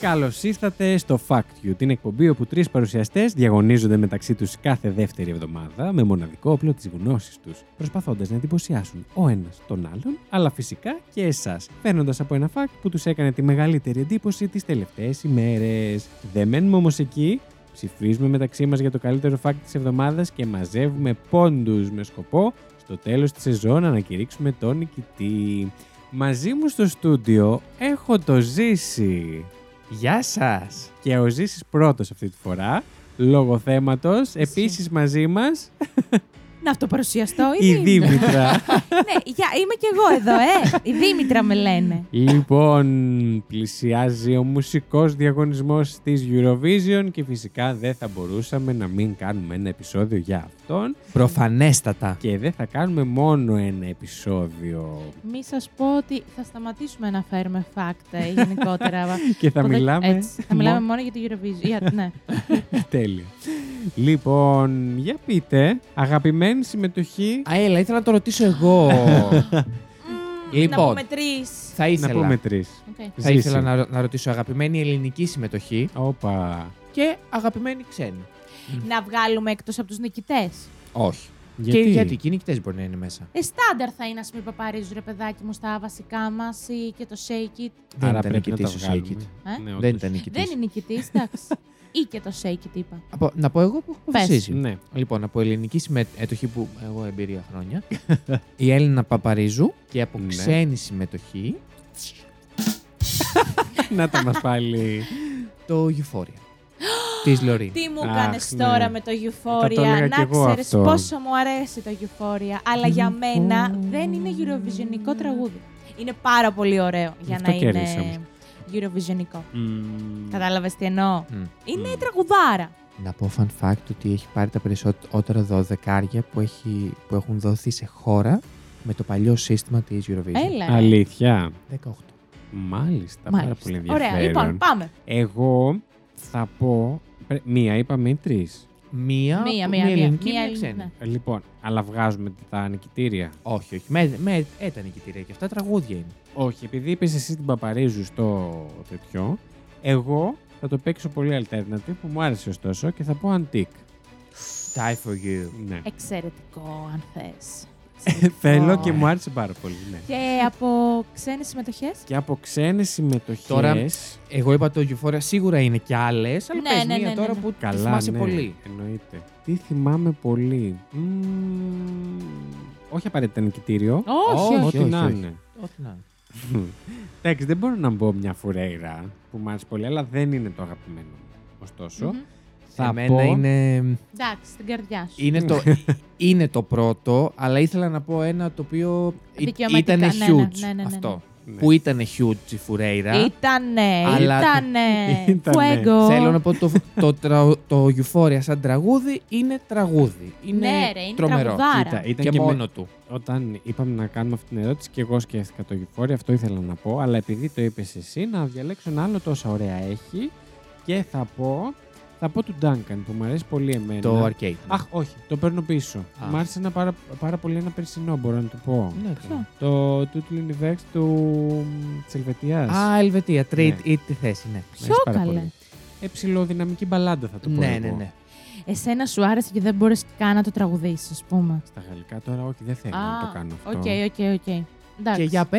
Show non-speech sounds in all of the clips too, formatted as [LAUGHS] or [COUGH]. Καλώς ήρθατε στο Fact You, την εκπομπή όπου τρεις παρουσιαστές διαγωνίζονται μεταξύ τους κάθε δεύτερη εβδομάδα με μοναδικό όπλο της γνώσης τους, προσπαθώντας να εντυπωσιάσουν ο ένας τον άλλον, αλλά φυσικά και εσάς, παίρνοντα από ένα fact που τους έκανε τη μεγαλύτερη εντύπωση τις τελευταίες ημέρες. Δεν μένουμε όμως εκεί, ψηφίζουμε μεταξύ μας για το καλύτερο fact της εβδομάδας και μαζεύουμε πόντους με σκοπό στο τέλος της σεζόν να ανακηρύξουμε τον νικητή. Μαζί μου στο στούντιο έχω το ζήσει. Γεια σας! Και ο Ζήσης πρώτος αυτή τη φορά, λόγω θέματος. Επίσης μαζί μας Να αυτοπαρουσιαστώ, ή η μη? Δήμητρα. [LAUGHS] ναι, για, είμαι κι εγώ εδώ, ε. Η Δήμητρα με λένε. λοιπόν, πλησιάζει ο μουσικός διαγωνισμός της Eurovision και φυσικά δεν θα μπορούσαμε να μην κάνουμε ένα επεισόδιο για αυτόν Προφανέστατα. και δεν θα κάνουμε μόνο ένα επεισόδιο Μη σας πω ότι θα σταματήσουμε να φέρουμε fact ε, [LAUGHS] γενικότερα. και θα Οπότε, μιλάμε... έτσι, θα μιλάμε [LAUGHS] μόνο για την Eurovision. Για- ναι. Τέλειο. Λοιπόν, για πείτε, αγαπημένη συμμετοχή... Α, έλα, ήθελα να το ρωτήσω [LAUGHS] εγώ. Λοιπόν. Να πούμε τρεις. θα Να ήθελα, πούμε τρεις. θα Ζήση. ήθελα να, ρω- να ρωτήσω αγαπημένη ελληνική συμμετοχή Όπα. και αγαπημένη ξένη. Να βγάλουμε εκτός από τους νικητές. Όχι. Και Γιατί? γιατί, και οι νικητές μπορεί να είναι μέσα. Ε, στάνταρ θα είναι, ας πούμε, παπαρίζου ρε παιδάκι μου στα βασικά μας και το shake it. Δεν Άρα ήταν πρέπει να τα νικητής ο βγάλουμε. Shake Ε? Ναι, όντως. Δεν ήταν νικητής. Δεν είναι νικητής, εντάξει. [LAUGHS] ή και το shake it είπα. να πω εγώ που έχω αποφασίσει. [LAUGHS] Ναι. Λοιπόν, από ελληνική συμμετοχή που εγώ εμπειρία χρόνια, η Έλληνα Παπαρίζου και από Ναι. ξένη συμμετοχή Να τα μας πάλι. το [GASPS] Euphoria. Της Λωρίν. Τι μου Αχ, έκανε ναι. τώρα με το Θα το έλεγα Euphoria. κι Να εγώ ξέρεις αυτό. πόσο μου αρέσει το Euphoria. Αλλά για μένα δεν είναι Eurovisionικό τραγούδι. Είναι πάρα πολύ ωραίο για αυτό να είναι κέρδισαμε. Eurovisionικό. Μμμ. Κατάλαβες τι εννοώ. Μμ. Είναι Μμ. τραγουδάρα. Να πω fun fact ότι έχει πάρει τα περισσότερα δωδεκάρια που, έχει, που έχουν δοθεί σε χώρα με το παλιό σύστημα της Eurovision. Έλα. ρε. Αλήθεια. 18. Μάλιστα, πάρα Μάλιστα. πολύ ενδιαφέρον. Ωραία, λοιπόν, πάμε. Εγώ θα πω. πρέ- Μία, είπαμε ή τρεις. Μία, Μία, μία, μία, ελληνική, μία, μία, μία, ξένη. ναι. Λοιπόν, αλλά βγάζουμε τα νικητήρια. Όχι, όχι. Με, με έτα νικητήρια και αυτά τραγούδια είναι. Όχι, επειδή είπες εσύ την Παπαρίζου στο τέτοιο, εγώ θα το παίξω πολύ alternative που μου άρεσε ωστόσο και θα πω antique. Die for you. Ναι. Εξαιρετικό, αν θες. [LAUGHS] Θέλω και μου άρεσε πάρα πολύ. Ναι. Ε, Και από ξένες συμμετοχές. Και από ξένες συμμετοχές. Τώρα, Εγώ είπα το Euphoria σίγουρα είναι και άλλες, αλλά Ναι, πες ναι, μία ναι, τώρα ναι. που τη Καλά, θυμάσαι ναι, πολύ. Εννοείται. Τι θυμάμαι πολύ. Μμμ, όχι απαραίτητα νικητήριο. Όχι, όχι. όχι, Ό,τι να όχι. είναι. Ό,τι να. είναι. Εντάξει, δεν μπορώ να μπω μια φουρέιρα που μου άρεσε πολύ, αλλά δεν είναι το αγαπημένο μου. Ωστόσο, Μμμ. θα Εμένα πω... Ναι. είναι, Εντάξει, στην καρδιά σου. είναι, το, είναι το πρώτο, αλλά ήθελα να πω ένα το οποίο Δικαιωματικά, ήταν ναι, huge. ναι, ναι, ναι, ναι, ναι. Αυτό. Ναι. Που ήταν huge η Φουρέιρα. Ήτανε, Αλλά- ήτανε. [LAUGHS] Ήτανε. Fuego. Θέλω να πω το, το, τρα- το Euphoria σαν τραγούδι είναι τραγούδι. Είναι Ναι, ρε, είναι τρομερό. τραγουδάρα. Κοίτα, ε- Και, ήταν και, με- μόνο του. Όταν είπαμε να κάνουμε αυτή την ερώτηση και εγώ σκέφτηκα το Euphoria, αυτό ήθελα να πω, αλλά επειδή το είπες εσύ, να διαλέξω ένα άλλο τόσα ωραία έχει και θα πω... Θα πω του Duncan που μου αρέσει πολύ εμένα. Το arcade. Ναι. Αχ, όχι, το παίρνω πίσω. Α. Μ' άρεσε ένα πάρα, πάρα πολύ ένα περσινό, μπορώ να το πω. Ναι, ρε. Ποιο? Το Total Universe του... της Ελβετίας. Α, Ελβετία, τρίτη Ναι. ή τη θέση, ναι. Ποιο καλέ. Εψιλοδυναμική μπαλάντα θα το πω. Ναι, εγώ. ναι, ναι. Εσένα σου άρεσε και δεν μπορείς καν να το τραγουδήσεις, ας πούμε. Στα γαλλικά τώρα, όχι, δεν θέλω Ε, να το κάνω αυτό. Οκ, οκ, οκ. Εντάξει. Και για πες.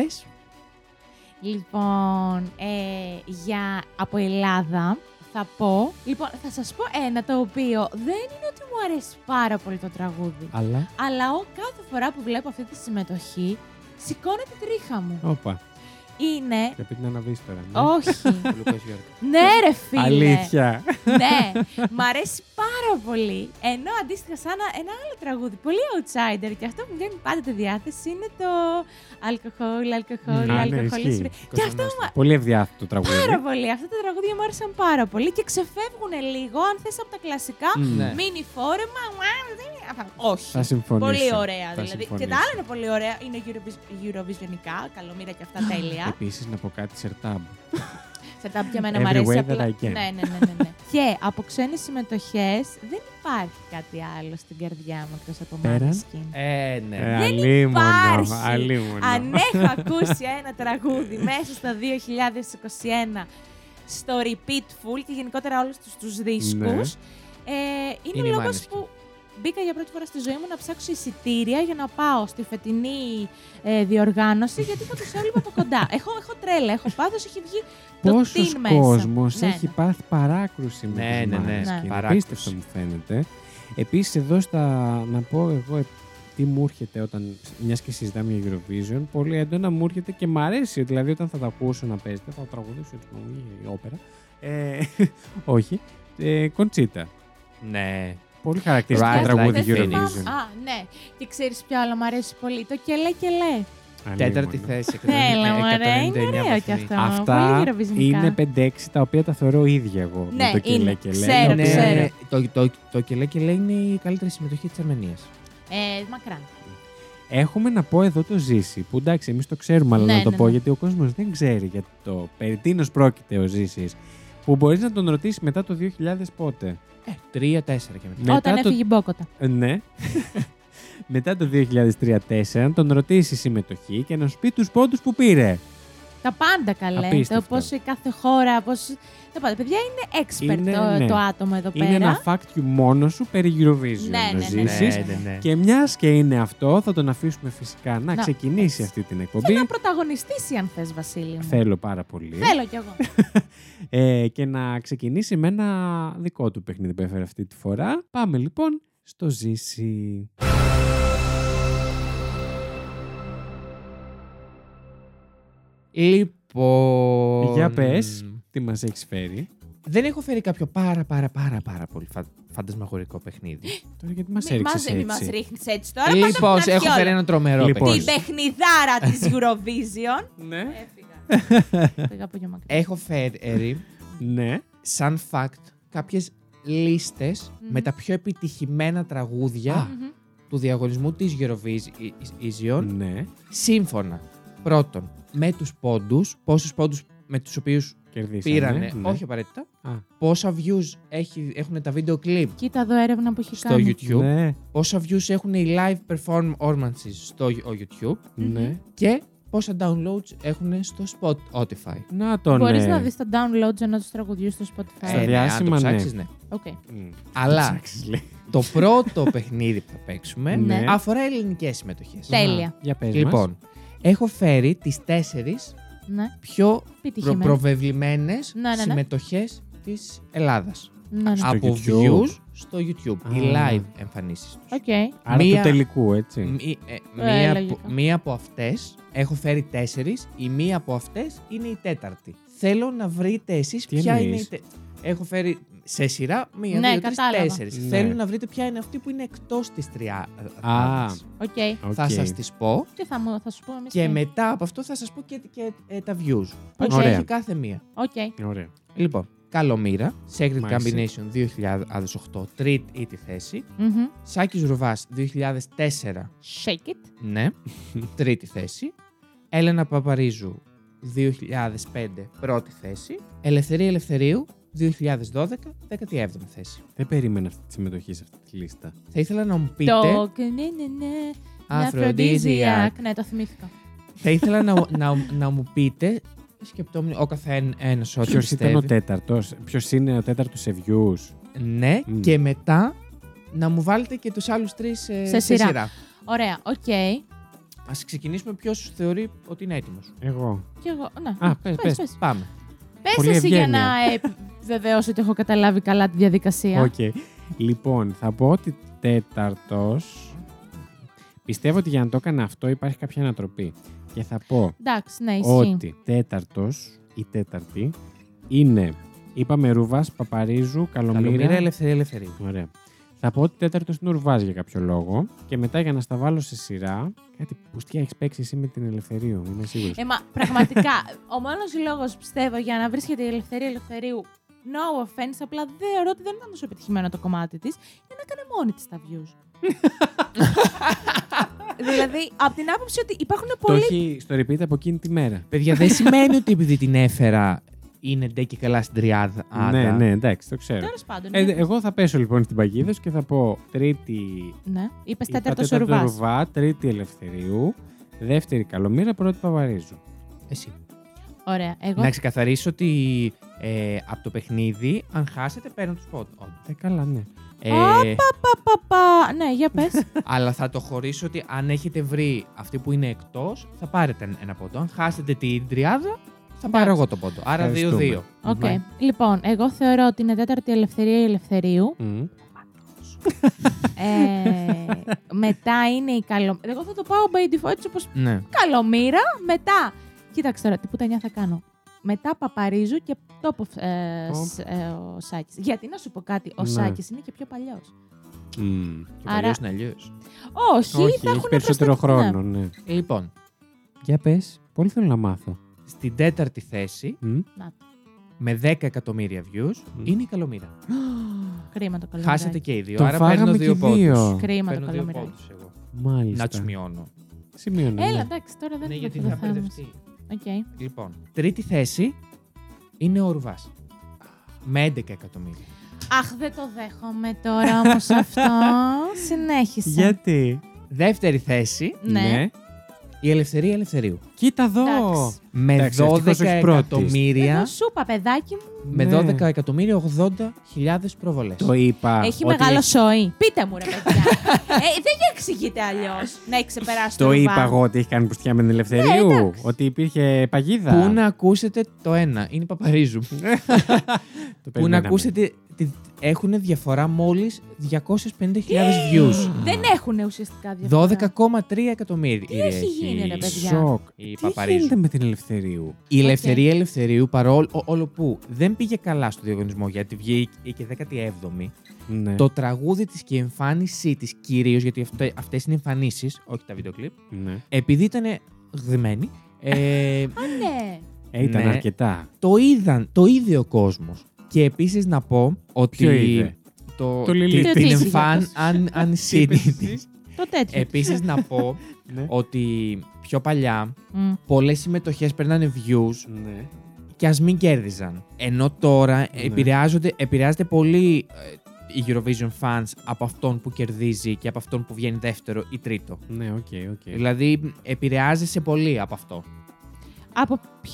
Λοιπόν, ε, για από Ελλάδα θα πω. Λοιπόν, θα σας πω ένα το οποίο δεν είναι ότι μου αρέσει πάρα πολύ το τραγούδι. Αλλά. Αλλά ο, κάθε φορά που βλέπω αυτή τη συμμετοχή, σηκώνεται η τρίχα μου. Όπα, Είναι. θα πει την αναβείς τώρα. ναι. Όχι. Ο Λουκάς Γιώργος. ναι, ρε φίλε. Αλήθεια. ναι, μ' αρέσει πάρα πολύ. Ενώ αντίστοιχα σαν ένα- ένα άλλο τραγούδι, πολύ outsider και αυτό που μου κάνει πάντα τη διάθεση είναι το αλκοόλ, αλκοόλ, Α, ναι, αλκοόλ. ισχύει. ισπρι- Και αυτό μου α- πολύ ευδιάθετο το τραγούδι. πάρα πολύ. Αυτά τα τραγούδια μου άρεσαν πάρα πολύ και ξεφεύγουν λίγο, αν θες από τα κλασικά, Μμ, Ναι. μίνι φόρεμα, ουά, δεν είναι- αυτά. Όχι. Θα συμφωνήσω. Πολύ ωραία Θα δηλαδή. Και συμφωνήσω. τα άλλα είναι πολύ ωραία. Είναι Eurovis- Eurovisionικά, καλομήρα και [LAUGHS] αυτά τέλεια. Επίσης, να πω κάτι σερτάμπ. Σε τα πια μένα Every μου αρέσει way απλά. that I Ναι, can. ναι, ναι, ναι, ναι. και από ξένες συμμετοχές δεν υπάρχει κάτι άλλο στην καρδιά μου εκτός από Πέραν. Måneskin. Ε, ναι. Ε, αλίμονο. υπάρχει. ναι. αλίμονο. [LAUGHS] Αν έχω ακούσει ένα τραγούδι μέσα στο 2021 στο repeat full και γενικότερα όλους τους τους δίσκου. Ναι. Ε, είναι, Είναι ο η λόγος Måneskin. που μπήκα για πρώτη φορά στη ζωή μου να ψάξω εισιτήρια για να πάω στη φετινή ε, διοργάνωση, γιατί θα τους έβλεπα από κοντά. έχω, έχω τρέλα, έχω πάθος, έχει βγει το Πόσος teen μέσα. κόσμος Ναι, έχει ναι. πάθει παράκρουση με Ναι, τις ναι, ναι. Måneskin. Ναι. Παράκρουση. Απίστευτο μου φαίνεται. Επίσης, εδώ στα. Να πω εγώ ε, τι μου έρχεται όταν. μιας και συζητάμε για Eurovision, πολύ έντονα μου έρχεται και μ' αρέσει. Δηλαδή, όταν θα τα ακούσω να παίζετε, θα τραγουδήσω έτσι μόνο η όπερα. Ε, [LAUGHS] όχι. Ε, Κοντσίτα. Ναι. Πολύ χαρακτηριστικό Right τραγούδι like Δεν Eurovision. θυμάμαι- Eurovision. Α, ναι. Και ξέρεις ποιο άλλο μου αρέσει πολύ. Το κελέ κελέ. Αν Τέταρτη ήμουν. θέση. ναι. Έλα, μωρέ, είναι 199 ωραίο βαθμοί. κι αυτό. Αυτά Πολύ γεροβιζνικά. είναι 5-6 τα οποία τα θεωρώ ίδια εγώ. με Ναι, το κελέ είναι. κελέ, Ξέρω, τα Ναι, οποία- ξέρω. ναι, Το, το, το κελέ κελέ είναι η καλύτερη συμμετοχή της Αρμενίας. Ε, μακράν. Έχουμε να πω εδώ το ζήσει, που εντάξει, εμείς το ξέρουμε, αλλά Ναι, να το ναι, πω ναι. γιατί ο κόσμος δεν ξέρει για το περί τίνος πρόκειται ο ζήσει. Που μπορείς να τον ρωτήσεις μετά το 2000 πότε. Ε, τρία-τέσσερα και μετά. Μετά Όταν το... έφυγε η Μπόκοτα. Ε, Ναι. [LAUGHS] μετά το 2003-2004, να τον ρωτήσεις η συμμετοχή και να σου πει τους πόντους που πήρε. Τα πάντα καλέ. Απίστευτο. Το πώ η κάθε χώρα. Πώς... Τα πάντα. Παιδιά είναι expert Είναι, το, ναι. το άτομο εδώ Είναι πέρα. ένα fact you μόνο σου περί Eurovision Ναι, να ναι, ναι, Ναι, ζήσεις. Εσείς. ναι, ναι. Και μιας και είναι αυτό, θα τον αφήσουμε φυσικά να, Να, ξεκινήσει έτσι. αυτή την Και εκπομπή. να πρωταγωνιστήσει, αν θες, Βασίλη. Μου. Θέλω πάρα πολύ. Θέλω κι εγώ. ε, και να ξεκινήσει με ένα δικό του παιχνίδι που έφερε αυτή τη φορά. Πάμε λοιπόν στο ζήσι. Λοιπόν... Για πες. Τι μας έχεις φέρει. Δεν έχω φέρει κάποιο πάρα πάρα πάρα πάρα πολύ φα- φαντασμαγορικό παιχνίδι. Τώρα γιατί μας Μη μας, έριξες μη μας έτσι. ρίχνεις έτσι τώρα. πάντα από λοιπόν, την αρχή έχω φέρει όλα. ένα τρομερό Λοιπόν. παιχνίδι. Την παιχνιδάρα [LAUGHS] της Eurovision. ναι. Ε. Έφυγα. Πήγα από πιο μακριά. Έχω φέρει ναι. σαν fact κάποιες λίστες Μμμ. με τα πιο επιτυχημένα τραγούδια Α. Μμμ. του διαγωνισμού της Eurovision Ναι. σύμφωνα πρώτον με τους πόντους, πόσους πόντους με τους οποίους Κερδίσαμε. πήρανε, ναι. όχι απαραίτητα, Α. πόσα views έχει, έχουν τα βίντεο κλιπ Κοίτα εδώ έρευνα που έχει στο κάνει. YouTube, Ναι. πόσα views έχουν οι live performances στο YouTube ναι. και πόσα downloads έχουν στο Spotify. Να τον. Μπορείς ναι. να δεις τα downloads ενός τραγουδιού στο Στα Ε, Spotify. διά- διάσημα, ναι. αν το ναι. ψάξεις, ναι. Οκ. Μμ. Αλλά- Το ψάξεις, λέει. Το [LAUGHS] πρώτο παιχνίδι που θα παίξουμε Ναι. αφορά ελληνικές συμμετοχές. Τέλεια. Α, Για πες μας. Λοιπόν, έχω φέρει τις τέσσερις Ναι, πιο προ- επιτυχημένο. προβεβλημένες Ναι, ναι, ναι. συμμετοχές της Ελλάδας. Ναι, ναι. Στο Από YouTube. views στο YouTube. Α. Οι live εμφανίσεις τους. Οκ. Άρα μία- του τελικού, έτσι. Μη- ε, Ε, μία, λογικό. από- μία από αυτές, έχω φέρει τέσσερις, η μία από αυτές είναι η τέταρτη. Θέλω να βρείτε εσείς Τι ποια είναι εννοείς? η τέταρτη. Έχω φέρει σε σειρά μία, Ναι, δύο, τρεις, κατάλαβα. τέσσερις. Ναι. Θέλω να βρείτε ποια είναι αυτή που είναι εκτός της τριά. ε, Α, Οκ. Οκ. Θα σας τις πω Τι θα, μου, θα σου πω εμείς. και τι. μετά από αυτό θα σας πω και, και ε, τα views. Πώς Ωραία. έχει κάθε μία. Οκ. Ωραία. Λοιπόν, Καλομήρα, Secret Μάλιστα. Combination 2008, τρίτη ή τη θέση. Μμμ. Σάκης Ρουβάς 2004, Shake it. ναι, τρίτη θέση. Έλενα Παπαρίζου 2005, πρώτη θέση. Ελευθερία Ελευθερίου 2012, 17η θέση. Δεν περίμενα αυτή τη συμμετοχή σε αυτή τη λίστα. Θα ήθελα να μου πείτε, Το ναι, ναι, ναι. Aphrodisiac. Ναι, το θυμήθηκα. θα ήθελα να, να, να μου πείτε, σκεπτόμουν ο καθένας ό,τι Ποιο ήταν ο πιστεύει. τέταρτος, ποιος είναι ο τέταρτος σε views. Ναι, Μμ. και μετά να μου βάλετε και τους άλλους τρεις Σε ε, σε, σειρά. σειρά. Ωραία, οκ. Ας ξεκινήσουμε ποιος θεωρεί ότι είναι έτοιμος. Εγώ. Και εγώ. Ναι. Α, πες, πες. πες. Πάμε. Πες Πολύ εσύ για ευγένεια. να ε, βεβαιώσω ότι έχω καταλάβει καλά τη διαδικασία. Οκ. Λοιπόν, θα πω ότι τέταρτος. Πιστεύω ότι για να το έκανα αυτό υπάρχει κάποια ανατροπή. Και θα πω Εντάξει, ναι, ισχύει. ότι τέταρτος ή τέταρτη είναι. Είπαμε Ρούβας, Παπαρίζου, Καλομήρα, Καλομήρα. ελευθερία, ελευθερία. Ωραία. Θα πω ότι τέταρτο είναι ο Ρουβά για κάποιο λόγο. Και μετά για να στα βάλω σε σειρά. Κάτι που στιά έχεις παίξει εσύ με την Ελευθερίου, είμαι σίγουρος. Ε, μα, πραγματικά, ο μόνος λόγος πιστεύω για να βρίσκεται η ελευθερία ελευθερίου. No offense, απλά θεωρώ ότι δεν ήταν τόσο επιτυχημένο το κομμάτι της. Είναι να έκανε μόνη της τα views. δηλαδή, από την άποψη ότι υπάρχουν Το πολλοί. έχει στο repeat από εκείνη τη μέρα. Παιδιά, δεν σημαίνει ότι επειδή την έφερα είναι ντε και καλά στην τριάδα. Ναι, ναι, εντάξει, το ξέρω. Τέλος πάντων. Ε, ναι. εγώ θα πέσω λοιπόν στην παγίδας σου και θα πω τρίτη. ναι. Είπες είπα, τέταρτο ο Ρουβά. Ρουβά, τρίτη Ελευθερίου, δεύτερη Καλομήρα, πρώτη Παπαρίζου. Εσύ. Ωραία. Εγώ. Να ξεκαθαρίσω ότι ε, από το παιχνίδι, αν χάσετε, παίρνω του πόντου. Ε, καλά, ναι. Ε, Πα, πα, πα. Ναι, για [LAUGHS] πες. αλλά θα το χωρίσω ότι αν έχετε βρει αυτή που είναι εκτός, θα πάρετε ένα πόντο. Αν χάσετε την τριάδα, Ναι. θα πάρω εγώ τον πόντο. Άρα Ευχαριστούμε. 2-2. Οκ. Λοιπόν, εγώ θεωρώ ότι είναι τέταρτη ελευθερία ελευθερίου. Μμμ. ε, [LAUGHS] μετά είναι η καλό. Εγώ θα το πάω by default έτσι όπως Ναι. καλομήρα. Μετά. Κοίταξε τώρα, τι πουτανιά θα κάνω. Μετά παπαρίζω και τόπο ε, Ωπ. σ- ε, ο Σάκης. Γιατί να σου πω κάτι, ο Ναι. Σάκης είναι και πιο παλιός. Μμμ. Και Άρα- Άρα... είναι αλλιώς. Όχι, Όχι, θα έχει έχουν περισσότερο προστατευτεί. χρόνο, ναι. Λοιπόν, Για πες, πολύ θέλω να μάθω. στην τέταρτη θέση, Μμ. με 10 εκατομμύρια views, είναι η καλομήρα. Κρίμα το καλομήρα. Χάσατε και οι δύο. Το άρα παίρνω φάγαμε και δύο πόντους. δύο. Κρίμα το Παίρνω δύο καλομήρα. πόντους εγώ. Μάλιστα. Να τους μειώνω. Σημείωνε, Έλα, ναι. εντάξει, τώρα δεν είναι Ναι, γιατί το θα θέμα μας. μπερδευτεί. Οκ. Λοιπόν, τρίτη θέση είναι ο Ρουβάς. Με 11 εκατομμύρια. Αχ, δεν το δέχομαι τώρα [LAUGHS] όμως αυτό. Συνέχισε. Γιατί. Δεύτερη θέση, Ναι. η Ελευθερία Ελευθερίου. Κοίτα εδώ. Εντάξει. Με Εντάξει, 12 ευτυχώς όχι πρώτης. Εγώ εκατομμύρια. σου είπα, παιδάκι μου, Με Ναι. 12 εκατομμύρια 80.000 προβολές. Το είπα. έχει ότι μεγάλο σοϊ. Πείτε μου, ρε παιδιά. [LAUGHS] ε, δεν εξηγείται αλλιώς να έχεις ξεπεράσει Το ρουβά. είπα εγώ ότι έχει κάνει πουστιά με την ελευθερίου. Ναι, εντάξει. ότι υπήρχε παγίδα. Πού να ακούσετε το ένα, είναι η [LAUGHS] Παπαρίζου. Το Πού να περιμέναμε. ακούσετε, έχουν διαφορά μόλις 250.000 views. Δεν έχουν ουσιαστικά διαφορά. 12,3 εκατομμύρια. Τι έχει γίνει, ρε, παιδιά. Σοκ. Η Τι Παπαρίζου. γίνεται με την ελευθερίου. Η ελευθερία ελευθερίου, παρόλο ό- όλο που δεν πήγε καλά στο διαγωνισμό γιατί βγήκε και 17η, Ναι. το τραγούδι της και η εμφάνισή της κυρίως, γιατί αυτέ, αυτές είναι εμφανίσεις, όχι τα βίντεο κλιπ, Ναι. επειδή ήταν γδυμένη, [LAUGHS] ε, Α, ναι. Ε, ήταν Ναι. αρκετά. το είδαν, το είδε ο κόσμος. Και επίσης να πω ότι... Ποιο είδε? Το, Το Lilith. την, Το την Lilith. [LAUGHS] εμφάν αν, αν σύντη. Το τέτοιο. Επίσης να πω Ναι. ότι πιο παλιά Μμ. πολλές συμμετοχές παίρνανε views Ναι. και ας μην κέρδιζαν. Ενώ τώρα επηρεάζονται, επηρεάζεται πολύ ε, οι Eurovision fans από αυτόν που κερδίζει και από αυτόν που βγαίνει δεύτερο ή τρίτο. Ναι, οκ, οκ. Δηλαδή επηρεάζεσαι πολύ από αυτό. Από ποι-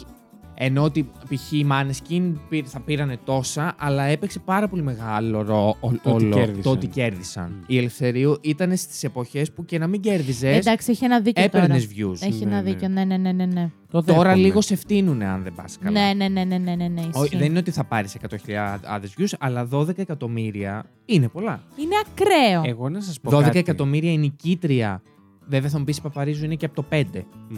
Ενώ ότι π.χ. οι Maneskin πήρ- θα πήρανε τόσα, αλλά έπαιξε πάρα πολύ μεγάλο ρο, ό- Το ότι όλο κέρδισαν. Mm. το ότι κέρδισαν. Η Ελευθερίου ήταν στις εποχές που και να μην κέρδιζες, Εντάξει, έχει ένα δίκιο τώρα. έπαιρνες views. Έχει Ναι, ένα ναι. δίκιο, ναι, ναι, ναι, ναι. ναι. Το Τώρα δέχομαι. λίγο σε φτύνουνε αν δεν πας καλά. Ναι, ναι, ναι, ναι, ναι, ναι, ναι Ό, ισχύει. δεν είναι ότι θα πάρεις 100.000 views, αλλά 12 εκατομμύρια είναι πολλά. Είναι ακραίο. Εγώ να σας πω. 12 κάτι. εκατομμύρια η νικήτρια. Βέβαια θα μου πεις Παπαρίζου είναι και από το 5. Μμ.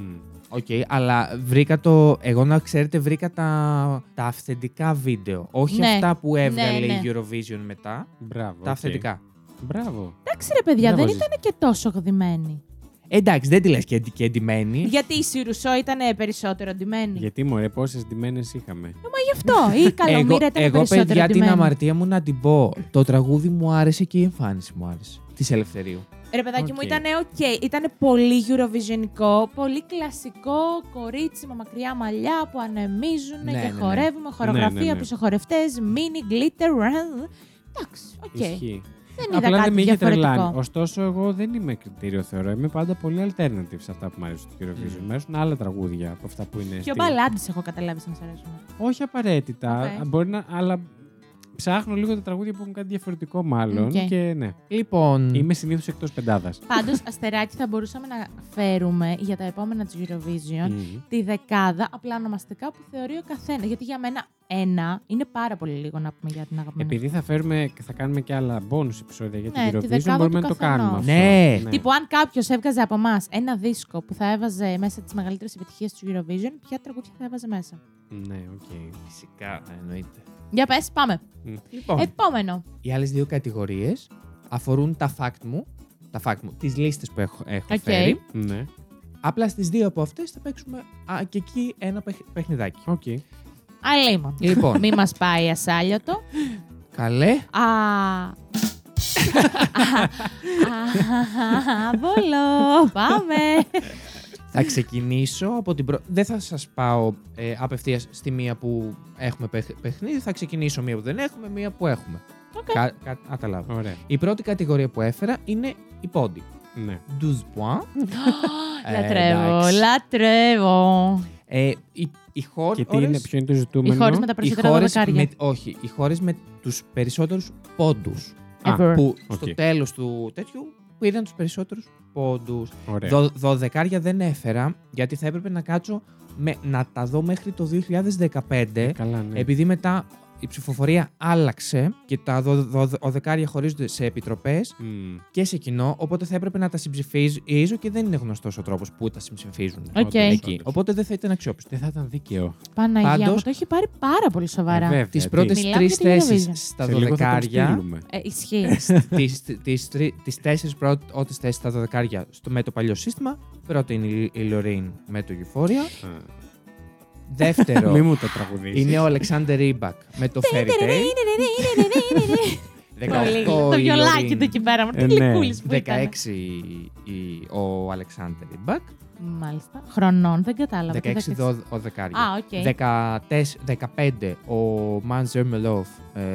Οκ, αλλά βρήκα το. Εγώ να ξέρετε, βρήκα τα, τα αυθεντικά βίντεο. Όχι Ναι. αυτά που έβγαλε Ναι, η Eurovision μετά. Μπράβο. Τα οκ. αυθεντικά. Μπράβο. Εντάξει, ρε παιδιά, Δεν δεν βάζεις. ήταν και τόσο γδυμένοι. Εντάξει, δεν τη λες και, εντι- και εντυμένη. Γιατί η Σιρουσό ήταν περισσότερο ντυμένη. Γιατί μωρέ, πόσες ντυμένες είχαμε. Γι' αυτό. Ή η Καλομήρα ήταν εγώ περισσότερο παιδιά την ντυμένη. αμαρτία μου να την πω. Το τραγούδι μου άρεσε και η εμφάνιση μου άρεσε. Της Ελευθερίου. Ρε παιδάκι μου, Οκ. ήταν οκ. Ήταν πολύ Eurovisionικό, πολύ κλασικό κορίτσι με μακριά μαλλιά που ανεμίζουν Ναι, και ναι, ναι. χορεύουμε. Χορογραφία Ναι, ναι, ναι. από τους χορευτέ, mini glitter. ραν. Εντάξει, οκ. Ισχύει. Δεν είδα Απλά κάτι δεν με είχε τρελάνει. διαφορετικό. Ωστόσο, εγώ δεν είμαι κριτήριο θεωρώ. Είμαι πάντα πολύ alternative σε αυτά που μου αρέσουν στο Eurovision. Μμμ. Μου αρέσουν άλλα τραγούδια από αυτά που είναι. Πιο στη- μπαλάντε έχω καταλάβει σαν σ' αρέσουν. Όχι απαραίτητα. Οκ. Μπορεί να. Αλλά ψάχνω λίγο τα τραγούδια που έχουν κάτι διαφορετικό, μάλλον. Οκ. Και ναι. Λοιπόν. Είμαι συνήθως εκτός πεντάδας. Πάντως, αστεράκι θα μπορούσαμε να φέρουμε για τα επόμενα της Eurovision Ναι. τη δεκάδα απλά ονομαστικά που θεωρεί ο καθένας. Γιατί για μένα ένα είναι πάρα πολύ λίγο να πούμε για την αγαπημένη. Επειδή θα, φέρουμε, θα κάνουμε και άλλα bonus επεισόδια για την Ναι, τη Eurovision, δεκάδα μπορούμε του να το καθενός. κάνουμε αυτό. Ναι. Τύπου, αν κάποιος έβγαζε από εμάς ένα δίσκο που θα έβαζε μέσα τις μεγαλύτερες επιτυχίες του Eurovision, ποια τραγούδια θα έβαζε μέσα. Ναι, οκ. Φυσικά, εννοείται. Για πες, πάμε. Λοιπόν. Επόμενο. Οι άλλες δύο κατηγορίες αφορούν τα fact μου, τα fact μου, τις λίστες που έχω, έχω Οκ. φέρει. Ναι, Απλά στις δύο από αυτές θα παίξουμε α, και εκεί ένα παιχ, παιχνιδάκι. οκ. Αλίμον. λοιπόν, Μη μας πάει ασάλιωτο. καλέ. Α. Αβολό. Πάμε. Θα ξεκινήσω από την πρώτη. Δεν θα σας πάω ε, απευθείας στη μία που έχουμε παιχ- παιχνίδι. Θα ξεκινήσω μία που δεν έχουμε, μία που έχουμε. Οκ. Κα, κα, καταλάβω. Ωραία. Η πρώτη κατηγορία που έφερα είναι η πόντι. Ναι. 12 points. Ε, Λατρεύω, εντάξει. λατρεύω. Ε, οι, οι χώρες, Και τι είναι, ποιο είναι το ζητούμενο. Οι χώρες με τα οι περισσότερα χώρες δεκάρια. με, όχι, οι χώρες με τους περισσότερους πόντους. Α, Ever. που οκ. στο τέλος του τέτοιου που είδαν τους περισσότερους πόντους. Ωραία. Δο, δωδεκάρια δεν έφερα, γιατί θα έπρεπε να κάτσω με, να τα δω μέχρι το 2015, Καλά, ναι. επειδή μετά η ψηφοφορία άλλαξε και τα δω, δω, δωδεκάρια χωρίζονται σε επιτροπές Μμ. και σε κοινό, οπότε θα έπρεπε να τα συμψηφίζω και δεν είναι γνωστός ο τρόπος που τα συμψηφίζουν. Οκ. Όντως, Εκεί. όντως. Οπότε δεν θα ήταν αξιόπιστο. Δεν θα ήταν δίκαιο. Παναγία μου, Πάντως- το έχει πάρει πάρα πολύ σοβαρά. Ε, βέβαια, Τις τι. πρώτες Μιλάμε τρεις για την θέσεις Eurovision. στα Σε λίγο θα τον δωδεκάρια. στείλουμε. Ε, ισχύει. Τις τέσσερι πρώτες θέσεις στα δωδεκάρια στο- με το παλιό σύστημα. Πρώτη είναι η- η Λωρίν με το Euphoria. Α. [LAUGHS] Μη Δεύτερο μου το τραγουδίσεις. είναι ο Αλεξάνδρ Ρίμπακ με το Fairy Tail. Πολύ. 18 Το η βιολάκι Λωρίν. του εκεί πέρα μου. Ε, Τι ναι. γλυκούλης που ήταν. 16 η- ο Αλεξάνδρ Ρίμπακ. Μάλιστα. Χρονών, δεν κατάλαβα. Τι 16 δεκαέξι. δω- ο δεκάρια. Α, οκ. 14 15 ο Μάντζερ Μελόφ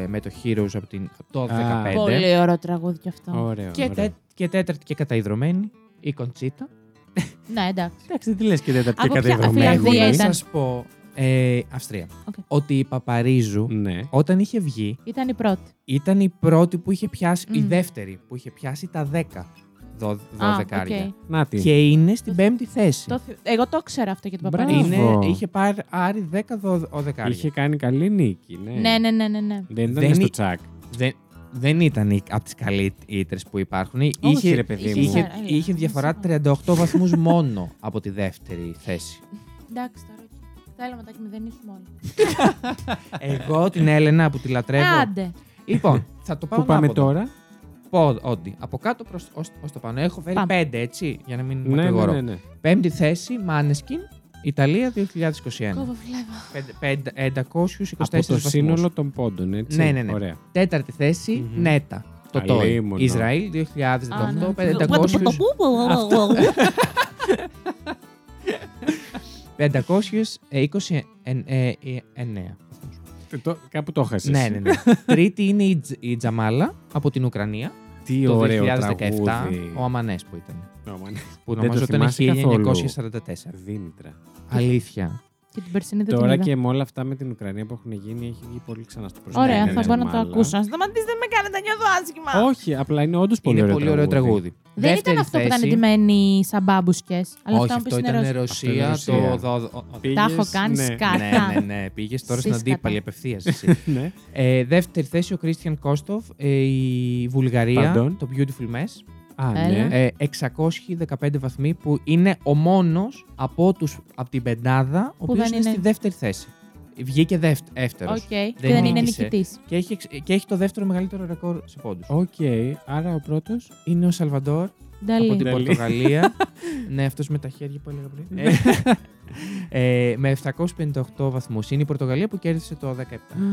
με το Heroes από την, το 15. Πολύ ωραίο τραγούδι κι αυτό. Ωραίο. Και, ωραίο. τέ- και τέταρτη και καταϊδρωμένη, η Κοντσίτα. Ναι, εντάξει. Εντάξει, δεν τη λες και τέταρτη Από ποια- κατεδρομένη. Φιλανδία Εγώ ήταν. να σας πω. Ε, Αυστρία. Οκ. Ότι η Παπαρίζου Ναι. όταν είχε βγει Ήταν η πρώτη. ήταν η πρώτη που είχε πιάσει, η Μμμ. δεύτερη που είχε πιάσει τα 10 δω, Α, δωδεκάρια. οκ. Να τη. Και είναι στην πέμπτη θέση. Το θυ- Εγώ το ξέρω αυτό για την Μπράβο. Παπαρίζου. Είναι, Μπράβο. είχε πάρει άρι 10 δωδεκάρια. Είχε κάνει καλή νίκη. Ναι, ναι, ναι, ναι. ναι. Δεν Δεν ήταν στο εί- τσακ. Δεν, δεν ήταν από τις καλύτερε που υπάρχουν. είχε, ρε παιδί είχε- μου. είχε, Έλα, είχε διαφορά 38 βαθμούς μόνο από τη δεύτερη [LAUGHS] θέση. Εντάξει τώρα. Θέλω να τα εκμηδενίσουμε όλα. Εγώ την Έλενα που τη λατρεύω. Άντε. λοιπόν, θα το πάω Πού πάμε ανάποδα. τώρα. Πόδ, όντι. Από κάτω προς, ως, ως το πάνω. Έχω φέρει Πάμε. πέντε, έτσι, για να μην με Ναι, ναι, κατηγορώ. ναι, ναι. Πέμπτη θέση, Μάνεσκιν, Ιταλία 2021. Κόβω βλέμμα. Πέντε- πέντε- 524 Από το βαθμούς. σύνολο των πόντων, έτσι. Ναι, ναι, ναι. Ωραία. Τέταρτη θέση, Μμμ. Νέτα. Το τόι. Αλίμονο. Ισραήλ Α, ναι. 2018, Που- που- 500 που- που- που- ε, 529. Τι- το- Κάπου το έχασες. ε, Ναι, ναι, ναι. [LAUGHS] Τρίτη είναι η, Τζ- η Τζαμάλα από την Ουκρανία. Τι Το ωραίο 2017, τραγούδι. ο Αμανές που ήταν. Όμα, ναι. Που το ονομαζόταν θυμάσαι καθόλου. [LAUGHS] 1944. Δήμητρα. Αλήθεια. Και την περσινή δεν Τώρα την είδα. και με όλα αυτά με την Ουκρανία που έχουν γίνει έχει βγει πολύ ξανά στο προσωπικό. Ωραία, Ναι, θα ναι, μπορώ να το μάλλον. ακούσω. Σταματήστε, με κάνετε, νιώθω άσχημα. Όχι, απλά είναι όντως πολύ, είναι ωραίο, πολύ ωραίο τραγούδι. Δεν ήταν αυτό που ήταν εντυμένοι σαν μπάμπουσκες. Αλλά Όχι, αυτά που αυτό είναι ήταν ροζ. Ρωσία. Αυτό είναι Το... Ρωσία. δο- δο- Πήγες, Τα έχω κάνει ναι. σκά. Ναι, Κατά. ναι, ναι. Πήγες τώρα στην Στις αντίπαλη κατά. απευθείας. εσύ. Ναι. ε, δεύτερη θέση ο Κρίστιαν Κόστοφ, ε, η Βουλγαρία, Pardon. το Beautiful Mess. Α, ναι. Έλα. Ε, 615 βαθμοί που είναι ο μόνος από, τους, από την πεντάδα ο Που οποίος δεν είναι, είναι. στη δεύτερη θέση. Βγήκε δεύτερος. Οκ, και ναι. δεν είναι νίκησε. νικητής. Και, έχει, εξ- και έχει το δεύτερο μεγαλύτερο ρεκόρ σε πόντους. Οκ, άρα ο πρώτος. Είναι ο Σαλβαντόρ από την Νταλή. Νταλή. Πορτογαλία. [LAUGHS] ναι, αυτός με τα χέρια που έλεγα πριν. Ε, [LAUGHS] ε, με 758 βαθμούς. Είναι η Πορτογαλία που κέρδισε το 17.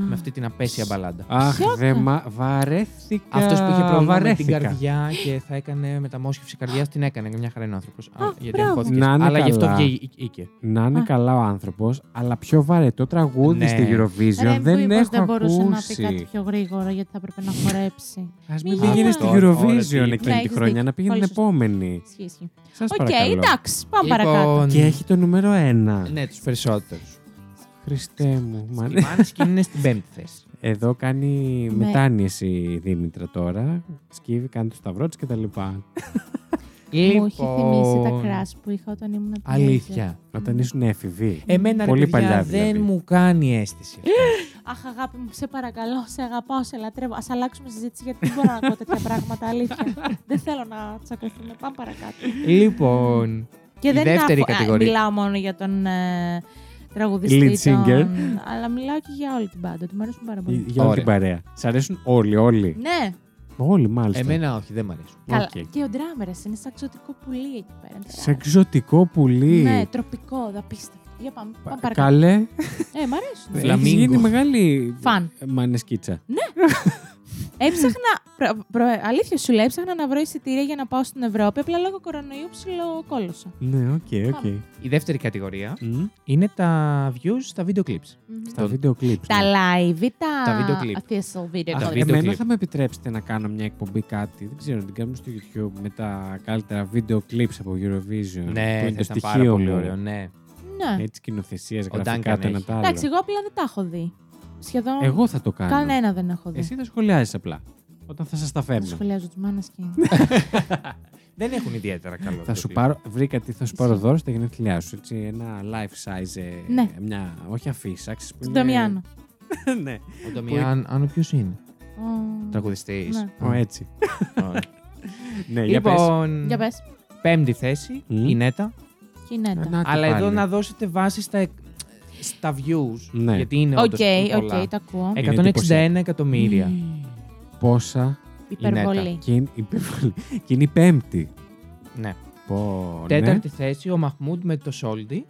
με αυτή την απέσια μπαλάντα. Αχ, Ποιο δε κα- μα... βαρέθηκα. Αυτός που είχε πρόβλημα με την Βαρέθηκα. καρδιά και θα έκανε μεταμόσχευση καρδιάς, την έκανε. Μια χαρά είναι ο άνθρωπος. Α, Γιατί μπράβο. αγχώθηκε. Να είναι Αλλά γι' αυτό καλά. βγήκε. Να είναι Α. καλά ο άνθρωπος, αλλά πιο βαρετό τραγούδι Ναι. στη Eurovision Ρε, δεν έχω δεν μπορούσε να πει ακούσει. κάτι πιο γρήγορα γιατί θα έπρεπε να χορέψει. Ας μην Μην πήγαινε γελάς. στη Τώρα, Eurovision ωραία, τι- Ναι, εκείνη τη έχεις χρονιά, δίκιο. να πήγαινε την Πολύ σωστά. επόμενη. Ισχύει, ισχύει. Σας Οκ, παρακαλώ. εντάξει, πάμε Λοιπόν, παρακάτω. Και έχει το νούμερο 1. Ναι, τους περισσότερους. [LAUGHS] Χριστέ μου. μα- ναι. Η Μάνσκιν είναι στην πέμπτη θέση. Εδώ κάνει Ναι. μετάνιεση η Δήμητρα τώρα. Σκύβει, κάνει το σταυρό της κτλ. Μου έχει θυμίσει τα Ναι, κράσ που είχα όταν ήμουν teenager. λοιπόν. Αλήθεια. Όταν ήσουν έφηβοι. ναι. Ε, Εμένα ρε Πολύ παιδιά, παλιά, δηλαδή. δεν μου κάνει αίσθηση. αυτό. Αχ, αγάπη μου, σε παρακαλώ, σε αγαπάω, σε λατρεύω. Ας αλλάξουμε συζήτηση γιατί δεν μπορώ να ακούω τέτοια πράγματα. Αλήθεια. δεν θέλω να τσακωθούμε. Πάμε παρακάτω. λοιπόν, Και Η δεν δεύτερη α, κατηγορία. μιλάω μόνο για τον ε, τραγουδιστή. Lead singer. τον- αλλά μιλάω και για όλη την πάντα. Του μου αρέσουν πάρα πολύ. Για όλη Ωραία. την παρέα. Σ' αρέσουν όλοι, όλοι. Ναι, Όλοι, μάλιστα. εμένα όχι, δεν μ' αρέσουν. καλά. Οκ. Και ο ντράμερας είναι σαν εξωτικό πουλί εκεί πέρα. είναι Σε τεράστιο. εξωτικό πουλί. Ναι, τροπικό, απίστευτο. Για πάμε, Πα- πάμε παρακάτω. Καλέ. Ε, μ' αρέσουν. Φλα- Έχει Φλαμίγκο. γίνει μεγάλη Φαν. μανεσκίτσα. Έψαχνα, προ- προ- αλήθεια σου λέω, έψαχνα να βρω εισιτήρια για να πάω στην Ευρώπη. Απλά λόγω κορονοϊού ψιλοκόλωσα. Ναι, οκ, οκ. Πάμε. Η δεύτερη κατηγορία Μμ. είναι τα views στα video clips. Μμμ. Τα βίντεο ναι. κλιπ. Τα live ή τα. Τα βίντεο κλιπ. official video Α, τα clip. βίντεο Εμένα κλιπ. θα με επιτρέψετε να κάνω μια εκπομπή κάτι. Δεν ξέρω, την κάνουμε στο YouTube με τα καλύτερα βίντεο clips από Eurovision. που Ναι, είναι το θα ήταν πάρα στοιχείο πολύ μου. ωραίο, ναι. Ναι. Έτσι κοινοθεσίε, Ο γραφικά Duncan το ένα έχει. το άλλο. Εντάξει, λοιπόν, εγώ απλά δεν τα έχω δει. Σχεδόν Εγώ θα το κάνω. κανένα δεν έχω δει. Εσύ θα σχολιάζεις απλά. Όταν θα σας τα Ναι. Δεν φέρνω. Σχολιάζω του μάνα και. Δεν έχουν ιδιαίτερα καλό. Θα σου βιβλίο. πάρω, βρήκα τι θα σου πάρω δώρο στα γενέθλιά σου. Έτσι, ένα life size. ε, Ναι. Μια, όχι αφίσα. ξέρεις που Στον είναι- Νταμιάνο. [LAUGHS] ναι. Ο Νταμιάν, αν ποιος είναι. Ω, Τραγουδιστής. Ναι. Ω, έτσι. ναι, για πες. Λοιπόν, Για πες. πέμπτη θέση, Μμμ. η Νέτα. Κινέτα. Να το Αλλά εδώ πάλι. να δώσετε βάση στα, εκ- στα views. Ναι. Γιατί είναι Οκ, όντως πιο πολλά. οκ, το ακούω. Ε, 161 εκατομμύρια. Ναι. Πόσα Υπερβολή. και είναι, υπερβολή. και είναι η πέμπτη. ναι. Πω, ναι. Τέταρτη θέση, ο Μαχμούντ με το Σόλντι.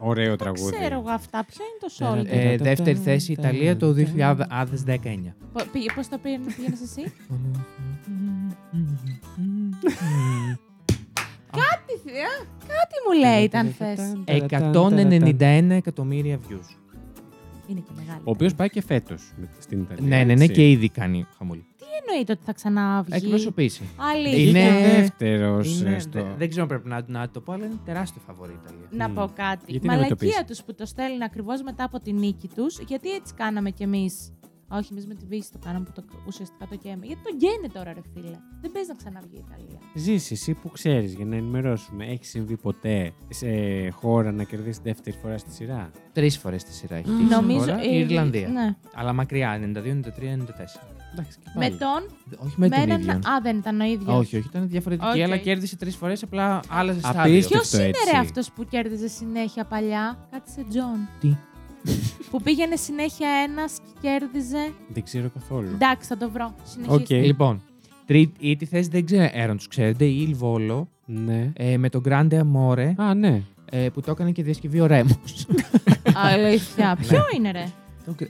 Ωραίο Δεν τραγούδι. ξέρω εγώ αυτά. Ποιο είναι το Τερα, σόλτ. τερα. Ε, δεύτερη θέση, Ιταλία το 2019. Πώς το πήγαινες εσύ. Τι θεά, ε, Κάτι μου λέει ήταν θε. 191 εκατομμύρια views. Είναι και μεγάλη. Ο οποίος πάει και φέτος στην Ιταλία. Ναι, ναι, ναι, έτσι. και ήδη κάνει χαμούλη. Τι εννοείται ότι θα ξαναβγεί. Εκπροσωπήσει. Αλήθεια. Είναι Είναι- δεύτερο. ναι. Είναι- Στο... δε- Δεν ξέρω πρέπει να, να το πω, αλλά είναι τεράστιο φαβορή η Ιταλία. Να Μμ. πω κάτι. Γιατί να με το Μαλακία τους που το στέλνουν ακριβώς μετά από τη νίκη τους, γιατί έτσι κάναμε κι εμείς. Όχι, εμείς με τη Βύση το κάναμε που το, ουσιαστικά το καίμε. Γιατί το καίνε τώρα, ρε φίλε. Δεν παίζει να ξαναβγεί η Ιταλία. Ζήσεις, εσύ που ξέρεις, για να ενημερώσουμε, έχει συμβεί ποτέ σε χώρα να κερδίσει δεύτερη φορά στη σειρά. Τρεις φορές τη σειρά έχει τύχει. Τώρα, ε, η Ιρλανδία. Ναι. Αλλά μακριά, 92, 93, 94. Εντάξει, και Με πάλι. τον. Δε- Όχι με, τον έναν- ίδιο. Α, δεν ήταν ο ίδιος. Όχι, όχι, ήταν διαφορετική, Οκ. αλλά κέρδισε τρεις φορές, απλά άλλαζε στάδιο. Απίστευτο. Ποιος αυτό είναι έτσι. ρε αυτός που κέρδιζε συνέχεια παλιά, κάτι σε Τζον. Τι? που πήγαινε συνέχεια ένας και κέρδιζε. Δεν ξέρω καθόλου. Εντάξει, θα το βρω. Συνεχίστε. Mm. Οκ. Λοιπόν, τρίτη θέση δεν ξέρω αν τους ξέρετε, η Ιλβόλο Ναι. ε, με τον Grande Amore Α, ναι. ε, που το έκανε και διασκευή ο Ρέμος. [LAUGHS] Αλήθεια. Ποιο είναι ρε.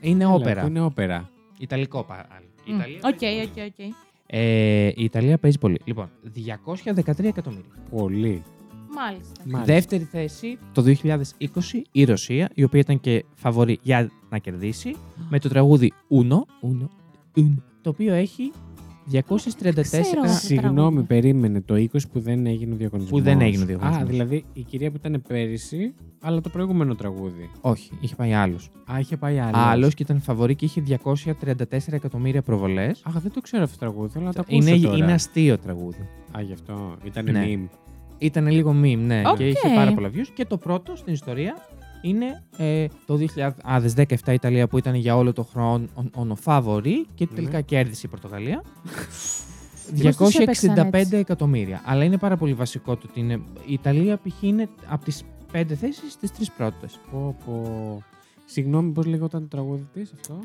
είναι Έλα, όπερα. που Είναι όπερα. Ιταλικό πάλι. Μμ. Οκ, οκ, οκ. Ε, η Ιταλία παίζει πολύ. Λοιπόν, 213 εκατομμύρια. Πολύ. Μάλιστα. Μάλιστα. Δεύτερη θέση το 2020 η Ρωσία, η οποία ήταν και φαβορή για να κερδίσει, με το τραγούδι Uno, Uno, Uno το οποίο έχει 234 Ξέρω. Ε, Συγγνώμη, τραγούδι. περίμενε το 20 που δεν έγινε ο διαγωνισμός. Που δεν έγινε ο διαγωνισμός. Α, δηλαδή η κυρία που ήταν πέρυσι, αλλά το προηγούμενο τραγούδι. Όχι, είχε πάει άλλος. Α, είχε πάει άλλος. Άλλος και ήταν φαβορή και είχε 234 εκατομμύρια προβολές. Αχ, δεν το ξέρω αυτό το τραγούδι, θέλω να το ακούσω Είναι, τώρα. είναι αστείο τραγούδι. Α, γι' αυτό. Ήταν Ναι. meme. Ήταν λίγο meme, ναι, Οκ. και είχε πάρα πολλά views. Και το πρώτο στην ιστορία είναι ε, το 2017 η Ιταλία που ήταν για όλο το χρόνο φαβορή και Ναι. τελικά κέρδισε η Πορτογαλία. [LAUGHS] Πώς τους έπαιξαν 265 έτσι? εκατομμύρια. Αλλά είναι πάρα πολύ βασικό το ότι είναι, η Ιταλία π.χ. είναι από τι 5 θέσεις στις 3 πρώτες. Πω, πω. Συγγνώμη, πώς λέγονταν το τραγούδι τη αυτό.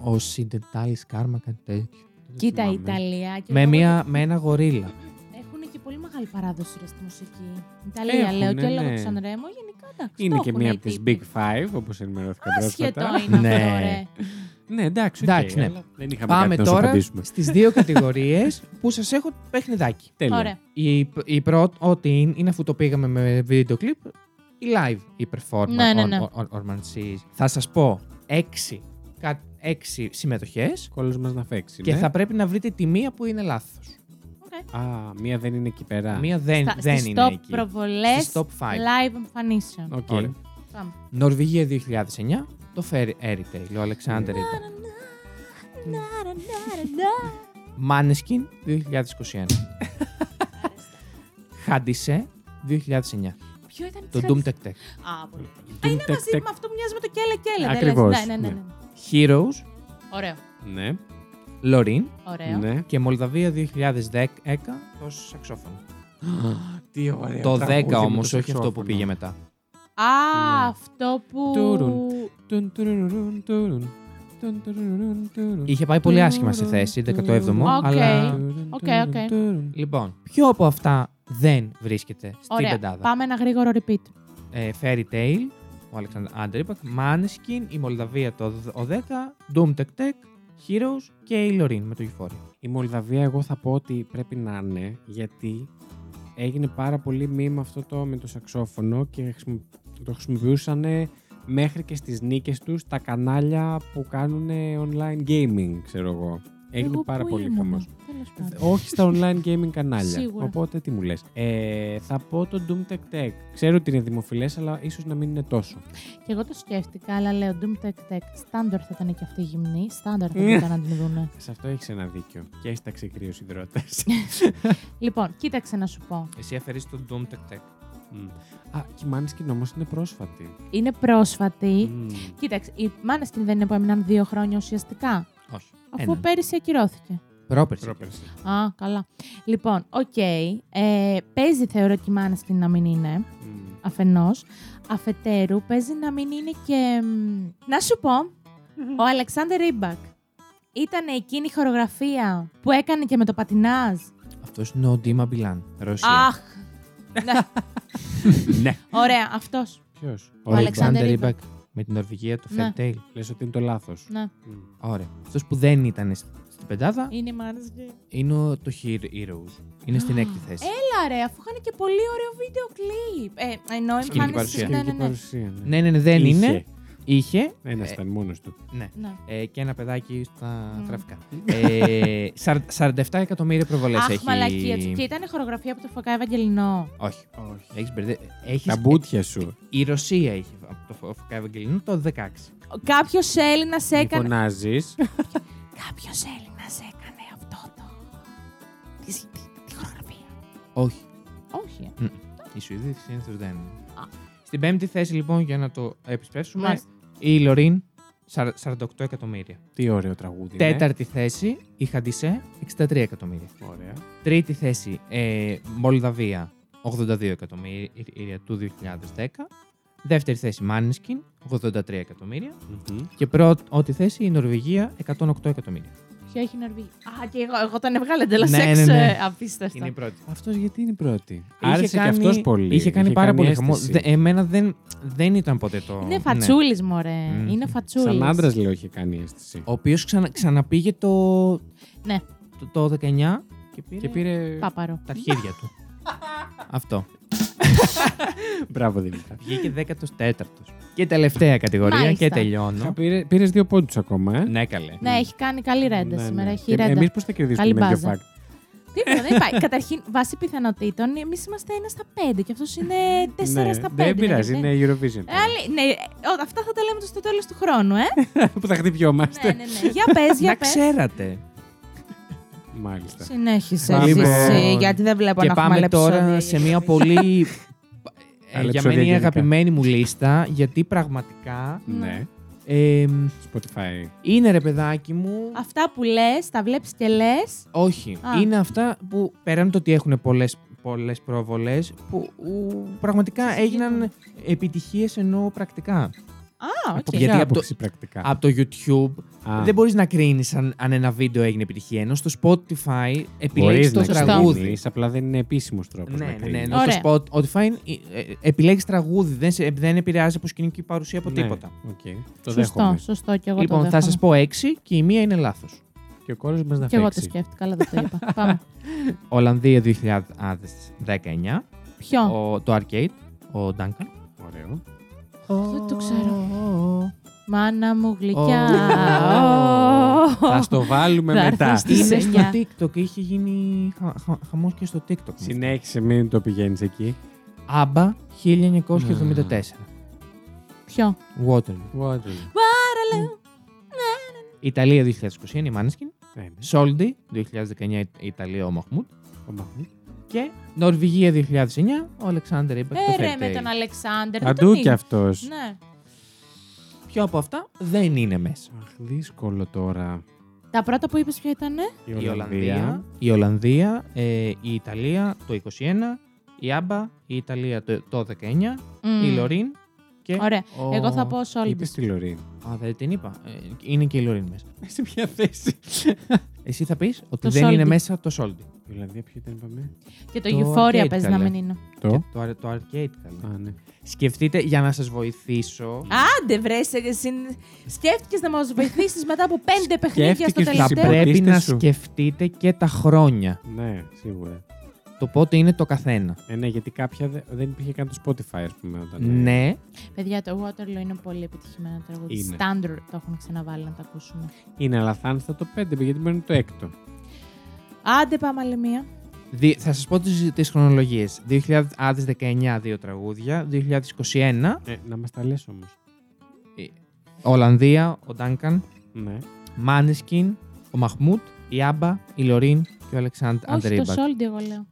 Ο, ο Σιντετάλη Κάρμα κάτι τέτοιο. Δεν Κοίτα, η θυμάμαι. Ιταλία. και Με, λόγω μια, με ένα γορίλα. του- Έχουν και πολύ μεγάλη παράδοση ρε, στη μουσική. Ιταλία, Έχουνε, λέω, και λόγω ναι. του Σανρέμο, γενικά εντάξει. Είναι το και έχουνε μία οι από τι τύποι. Big Five, όπως ενημερώθηκα Άσχετο πρόσφατα. είναι Ναι. αυτό, ρε. Ναι, εντάξει, οκ, Εντάξει, ναι. αλλά Δεν είχαμε Πάμε κάτι να σου τώρα απαντήσουμε. στις δύο [LAUGHS] κατηγορίες που σας έχω παιχνιδάκι. Τέλεια. Ωραία. Η, η πρώτη, ό,τι είναι, είναι αφού το πήγαμε με βίντεο κλιπ, η live, η performance. Ναι, ναι, ναι. Θα σας πω έξι, κα, έξι συμμετοχές Κόλλος μας να φέξει. και ναι. θα πρέπει να βρείτε τη μία που είναι λάθος. Οκ. Α, μία δεν είναι εκεί πέρα. Μία δεν, Στα- δεν στις είναι top εκεί. προβολές Στις top five. live εμφανίσεων. Οκ. Ωραία. Πάμε. Νορβηγία 2009, το Fairy Fairy Tail, ο Αλεξάνδρ Ναι, ήταν. ναι. Maneskin 2021. [LAUGHS] Χάντισε 2009. Ποιο ήταν Το της Doom Χάντης? [LAUGHS] Tech Tech. Α, πολύ. Α, Doom Είναι Tech μαζί Tech. με αυτό που μοιάζει με το Κέλε Κέλε. Ακριβώς, Ναι, ναι, ναι, ναι. ναι. Heroes, Ωραίο. Ναι, Lorin Ωραίο. ναι. και Μολδαβία 2010 το σαξόφωνο. Τι Ε, ωραία. Το 10 όμω, όχι αυτό που πήγε μετά. Α, Ναι. αυτό που. Τουρουν. Είχε πάει πολύ άσχημα στη θέση, 17ο, Οκ. αλλά. Οκ, οκ. Λοιπόν, ποιο από αυτά δεν βρίσκεται στην Ωραία. πεντάδα. Πάμε ένα γρήγορο repeat. Ε, Fairy Tail, ο Αλεξάνδρ Άντριπακ, Maneskin, η Μολδαβία το δ- ο 10, Doom Tech Tech, Heroes και η Λωρίν με το Euphoria. Η Μολδαβία, εγώ θα πω ότι πρέπει να είναι, γιατί έγινε πάρα πολύ μήνυμα αυτό το με το σαξόφωνο και χρησιμο- το χρησιμοποιούσαν μέχρι και στις νίκες τους τα κανάλια που κάνουν online gaming, ξέρω εγώ. Έγινε Εγώ πάρα πού πολύ ήμουνα, χαμός. τέλος πάντων. Όχι στα online gaming κανάλια. Σίγουρα. Οπότε τι μου λες. Ε, θα πω το Doom Tech Tech. Ξέρω ότι είναι δημοφιλές, αλλά ίσως να μην είναι τόσο. Και εγώ το σκέφτηκα, αλλά λέω Doom Tech Tech. Στάντορ θα ήταν και αυτή η γυμνή. Στάντορ θα ήταν να την δούνε. Σε αυτό έχεις ένα δίκιο. Και έχεις τα ξεκρύο υδρότες. [LAUGHS] Λοιπόν, κοίταξε να σου πω. Εσύ αφαιρείς τον Doom Tech Tech. Α, και η Måneskin όμως είναι πρόσφατη. Είναι πρόσφατη. Μμμ. Κοίταξε, η Måneskin δεν είναι που έμειναν δύο χρόνια ουσιαστικά. Ε, Όχι. Αφού ναι. πέρυσι ακυρώθηκε. Πρόπερση. Πρόπερση. Α, καλά. Λοιπόν, οκ. Ε, παίζει θεωρώ και η Måneskin να μην είναι. Μμμ. αφενός, αφετέρου παίζει να μην είναι και... μ, Να σου πω, ο Αλεξάνδρ Ρίμπακ ήταν εκείνη η χορογραφία που έκανε και με το πατινάζ. Αυτός είναι ο Ντίμα Μπιλάν. Ρωσία. Αχ! ναι, [LAUGHS] ναι. ωραία, αυτός. Ποιος. Ο Αλεξάνδρ Alexander Ρίμπακ με την Νορβηγία, το Ναι. Fair Tail. Λες ότι είναι το λάθος. Ναι, Ωραία. Αυτός που δεν ήταν σ- στην πεντάδα είναι η Μάνεσγκη. είναι ο- το Hero- Heroes. Είναι στην έκτη θέση. Έλα ρε, αφού είχαν και πολύ ωραίο βίντεο κλιπ. Ε, εννοώ η Σκηνική Μάνεσγκη. παρουσία. Ναι, ναι, ναι. παρουσία. Ναι. Ναι, ναι, ναι, δεν Είχε. είναι. Είχε. Ένας Ε, ήταν μόνος του. Ναι. Ναι. Ε, και ένα παιδάκι στα Μμ. γραφικά. ε, σαρ- 47 εκατομμύρια προβολές Αχ, έχει. μαλακία του. Και ήταν η χορογραφία από το Φωκά Ευαγγελινό. Όχι. Έχεις μπερδε... έχεις... Τα μπούτια σου. Η Ρωσία είχε από το Φω- Φωκά Ευαγγελινού το 16. Κάποιος Έλληνας Μη έκανε. φωνάζεις. Κάποιος Έλληνας έκανε αυτό το. Τη, τη, τη χορογραφία. Όχι. Όχι. Οι Σουηδοί συνήθω δεν. Α. Στην πέμπτη θέση λοιπόν για να το επισπεύσουμε Μάλιστα. η Λωρίν σαρ- 48 εκατομμύρια. [LAUGHS] Τι ωραίο τραγούδι. ναι. είναι. Τέταρτη θέση η Χαντισέ 63 εκατομμύρια. Ωραία. Τρίτη θέση ε, Μολδαβία 82 εκατομμύρια του 2010. Δεύτερη θέση Μάνισκιν 83 εκατομμύρια. Μμμ. Και πρώτη θέση η Νορβηγία 108 εκατομμύρια. Ποια έχει η Νορβηγία. Α, και εγώ, εγώ τον έβγαλα εντελώς Ναι, ναι, έξω. ναι. ε, Απίστευτο. Είναι η πρώτη. Αυτός γιατί είναι η πρώτη. Είχε Άρεσε κάνει- και αυτός πολύ. Είχε κάνει πάρα πολύ χαμό. αίσθηση. Δε- Εμένα δεν, δεν ήταν ποτέ το. Είναι ναι. φατσούλης, μωρέ. Μμμ. Είναι φατσούλης. Σαν άντρας λέω είχε κάνει αίσθηση. Ο οποίος ξανα, ξαναπήγε το. Ναι. Το, το 19 και πήρε, Και πήρε. Πάπαρο. τα αρχίδια [LAUGHS] του. Αυτό. Μπράβο Δημητρά. Βγήκε 14ο. Και τελευταία κατηγορία Μάλιστα. και τελειώνω. Πήρε δύο πόντους ακόμα, ε. ναι, καλέ. Ναι, έχει κάνει καλή ρέντα Ναι, σήμερα. Έχει ρέντα. Εμείς πώς θα κερδίσουμε Καλή με δύο μπάζα. φακ. Τίποτα, δεν πάει. Καταρχήν, βάσει πιθανότητων, εμείς είμαστε ένα στα πέντε και αυτός είναι τέσσερα στα πέντε. Δεν πειράζει, ναι. είναι Eurovision. Ε, άλλη- ναι, ε, ό, αυτά θα τα λέμε στο τέλος του χρόνου, ε. [LAUGHS] Που θα χτυπιόμαστε. ναι, ναι, ναι. Για πες, Να για πες. ξέρατε. Μάλιστα. Συνέχισε Λοιπόν. εσύ, γιατί δεν βλέπω και να έχουμε πάμε άλλα τώρα επεισόδια σε για μια Eurovision. [LAUGHS] πολύ. ε, για επεισόδια μένα η γενικά. αγαπημένη μου λίστα, γιατί πραγματικά. Ναι. ε, Spotify. είναι ρε παιδάκι μου. Αυτά που λες, τα βλέπεις και λες. Όχι. Α. Είναι αυτά που πέραν το ότι έχουν πολλές, πολλές προβολές που ου, πραγματικά έγιναν επιτυχίες ενώ πρακτικά. Α, οκ. Από Γιατί ποια απ' το- άποψη πρακτικά. Από το YouTube Α, δεν μπορείς να κρίνεις αν, αν ένα βίντεο έγινε επιτυχία ενώ στο Spotify μπορείς επιλέγεις το να τραγούδι. ξεκινήσεις, Απλά δεν είναι επίσημος τρόπος. Ναι, ναι, ναι. Ενώ Ωραία. στο Spotify ε, ε, επιλέγεις τραγούδι, δεν, σε- δεν επηρεάζει από σκηνική παρουσία Ναι. από τίποτα. Οκ. Το Σωστό, δέχομαι. σωστό και εγώ το Λοιπόν, θα δέχομαι. σας πω έξι και η μία είναι λάθος. Και ο κόλλος μας να Και εγώ το φέξει. σκέφτηκα, αλλά δεν το είπα. Πάμε. Ολλανδία 2019, Ποιο. ο, το Arcade, ο Duncan. Ωραίο. Δεν το ξέρω. Ω, Μάνα μου γλυκιά. Ω. Ω. Θα στο βάλουμε Θα μετά. έρθεις. Τι Είναι είναι στο μια- TikTok, είχε γίνει χα, χα, χαμός και στο TikTok. Συνέχισε, μην το πηγαίνεις εκεί. Άμπα 1974. Ποιο. Waterloo. Ε, ναι, Ιταλία 2021, η Μάνεσκιν. Ναι, ναι. Σόλντι 2019, η Ιταλία, ο Μαχμούτ. Ο Μαύρος. Και Νορβηγία 2009, ο Αλεξάνδρ Ιμπακ. Ε, ρε, με τον Αλεξάνδρ. δεν τον Αντού κι είδα. αυτός. Ναι. Ποιο από αυτά δεν είναι μέσα. Αχ, δύσκολο τώρα. Τα πρώτα που είπες ποια ήταν. Η Ολλανδία, η, Ολλανδία, ε, η Ιταλία το 21, η Άμπα, η Ιταλία το, το 19, η Λωρίν και. Ωραία. ο- Εγώ θα πω Είπε Σόλμπι. στη [LAUGHS] Λωρίν. Α, δεν την είπα. Ε, είναι και η Λωρίν μέσα. Σε ποια θέση. Εσύ θα πεις ότι Το δεν Soldi. είναι μέσα το Soldi. Η Ολλανδία ποιο ήταν, είπαμε. Και το Το Euphoria arcade παίζει να καλέ. μην είναι. Το. Το, αρ- το arcade καλά. Α, ναι. Σκεφτείτε για να σας βοηθήσω. Άντε βρε, σε- συν- σκέφτηκες να μας βοηθήσεις μετά από πέντε παιχνίδια στο Σκέφτηκες να Θα Σκεφτείτε τελευταίο. πρέπει να σου. σκεφτείτε και τα χρόνια. Ναι, σίγουρα. το πότε είναι το καθένα. Ε, ναι, γιατί κάποια δε- δεν υπήρχε καν το Spotify, ας πούμε. Όταν... ε, Ναι, Παιδιά, το Waterloo είναι πολύ επιτυχημένο τραγούδι. Είναι. Standard το έχουν ξαναβάλει να τα ακούσουμε. Είναι, αλλά θα είναι στα το 5, γιατί μπορεί να είναι το 6. Άντε πάμε άλλη μία. Δι- θα σας πω τις, τις χρονολογίες. 2019 δύο τραγούδια, 2021 Ε, να μας τα λες όμως. Ολλανδία, ο Ντάνκαν, Ναι. Μάνισκιν, ο Μαχμούτ, η Άμπα, η Λωρίν και ο Αλεξάνδρ Όχι, το Αντρίμπακ. Soldi εγώ λέω.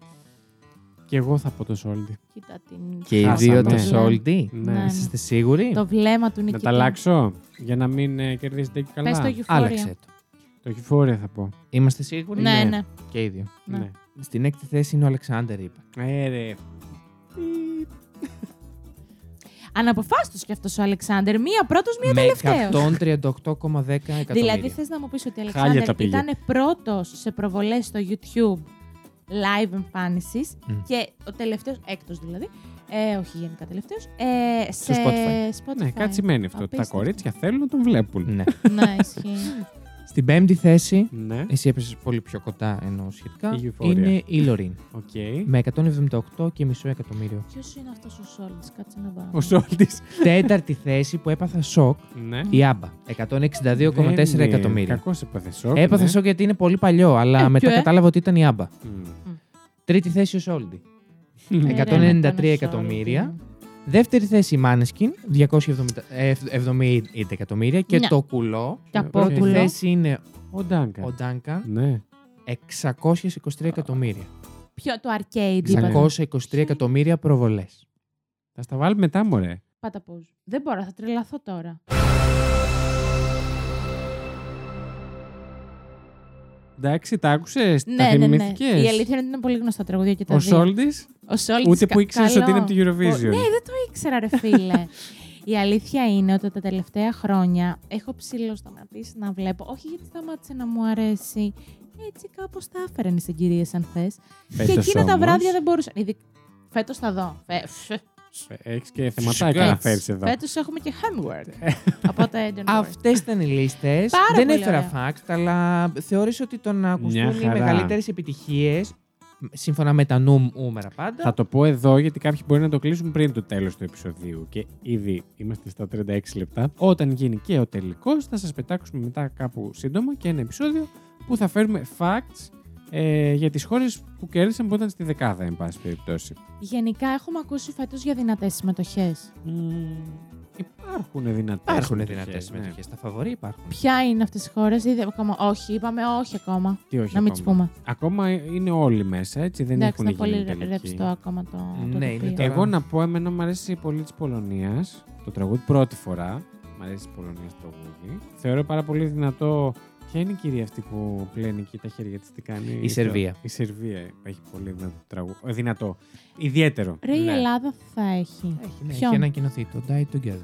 Και εγώ θα πω το Soldi. Κοίτα την... Και οι Χάσαμε. δύο το Ναι. Σόλντι. Ναι. Ναι. Είστε σίγουροι? Το βλέμμα του Να Νικήτη. τα αλλάξω για να μην ε, κερδίσετε και καλά. Πες το Euphoria. Άλλαξε το. Το Euphoria θα πω. Είμαστε σίγουροι? Ναι, ναι. Και οι δύο. Ναι. Ναι. Στην έκτη θέση είναι ο Αλεξάνδρ Ρίμπακ. Ε, ρε. Αναποφάσιστος κι αυτός ο Αλεξάνδρ. Μία πρώτος, μία Με τελευταίος. 138,10 εκατομμύρια. Δηλαδή θες να μου πεις ότι ο Χάλια τα Αλεξάνδρ πήγε. ήταν πρώτος σε προβολές στο YouTube live εμφάνισης Μμ. και ο τελευταίος, έκτος δηλαδή, ε, όχι γενικά τελευταίος, ε, σε Spotify. Spotify. Ναι, κάτι σημαίνει αυτό. Τα Απίστευτο. κορίτσια θέλουν να τον βλέπουν. Ναι. Ναι, ισχύει. Στην πέμπτη θέση, Ναι. εσύ έπεσε πολύ πιο κοντά ενώ σχετικά, Η Euphoria. είναι η Λωρίν. Οκ. Με 178,5 εκατομμύριο. Ποιος είναι αυτός ο Σόλτης, κάτσε να βάλω. Ο Σόλτη. Τέταρτη θέση που έπαθα σοκ, Ναι. η Άμπα. 162,4 εκατομμύρια. Κακός έπαθε σοκ. Έπαθα ναι. σοκ γιατί είναι πολύ παλιό, αλλά Ε, μετά ποιο, ε? κατάλαβα ότι ήταν η Άμπα. Μμ. Τρίτη θέση ο Σόλντι. Ναι. Ε, ρε, 193 ήταν ο εκατομμύρια. Σόλτης. Δεύτερη θέση η Μάνεσκιν, 270 εκατομμύρια. Και Ναι. το κουλό. Και Ε, από όχι, Πρώτη Κουλό. θέση είναι Ο ο Ντάγκα. Ντάνκαν, Ναι. 623 εκατομμύρια. Ποιο, το arcade. Ναι. είπατε. 623 εκατομμύρια προβολές. Θα στα βάλει μετά, μωρέ. Πάτα πούζ. Δεν μπορώ, θα τρελαθώ τώρα. Εντάξει, τα άκουσες, τα Ναι, ναι, ναι. θυμηθήκε. Η αλήθεια είναι ότι είναι πολύ γνωστά τραγούδια και τα Ο δύο. Σόλτης, Ο Σόλτης ούτε που κα- ήξερες καλό. ότι είναι από την Πο- Ναι, Eurovision. δεν το ήξερα, ρε φίλε. Η αλήθεια είναι ότι τα τελευταία χρόνια έχω ψηλό σταματήσει να βλέπω. Όχι γιατί σταμάτησε να μου αρέσει. Έτσι κάπως τα έφεραν οι κυρίε, αν θες. Και Φέτος εκείνα τα όμως, βράδια δεν μπορούσαν. Ήδη... Φέτος θα δω. Φε... Έχει Ε, και Φυσικά. θεματάκια να φέρεις εδώ. Φέτος έχουμε και homework. [LAUGHS] Οπότε don't worry. Αυτές ήταν οι λίστες. Πάρα Δεν πολύ έφερα ωραία. facts, αλλά θεώρησα ότι το να Μια ακουστούν οι χαρά. μεγαλύτερες επιτυχίες σύμφωνα με τα νου- νούμερα πάντα. Θα το πω εδώ γιατί κάποιοι μπορεί να το κλείσουν πριν το τέλος του επεισοδίου. Και ήδη είμαστε στα 36 λεπτά. Όταν γίνει και ο τελικός, θα σας πετάξουμε μετά κάπου σύντομα και ένα επεισόδιο που θα φέρουμε facts ε, για τις χώρες που κέρδισαν που ήταν στη δεκάδα, εν πάση περιπτώσει. Γενικά έχουμε ακούσει φέτος για δυνατές συμμετοχές. Υπάρχουν δυνατέ. Υπάρχουν ναι. δυνατέ συμμετοχές. Τα φαβορή υπάρχουν. Ποια είναι αυτές οι χώρες, ήδη ακόμα. Όχι, είπαμε όχι ακόμα. Τι όχι να μην ακόμα. τι πούμε. Ακόμα είναι όλοι μέσα, έτσι. Δεν Εντάξει, είναι έχουν πολύ γίνει ρε- τελικοί. ρευστό ακόμα το. το Ναι, είναι τοπίο. τώρα. Εγώ να πω, εμένα μου αρέσει πολύ της Πολωνίας το τραγούδι. Πρώτη φορά μου αρέσει της Πολωνίας το τραγούδι. Θεωρώ πάρα πολύ δυνατό. Ποια είναι η κυρία αυτή που πλένει εκεί τα χέρια της, τι κάνει. Η Σερβία. Η Σερβία ε, έχει πολύ δυνατό τραγούδι. Ε, Δυνατό. Ιδιαίτερο. Ρε, η Ελλάδα θα έχει. Έχει, ναι, Ποιον? έχει ανακοινωθεί το Die Together.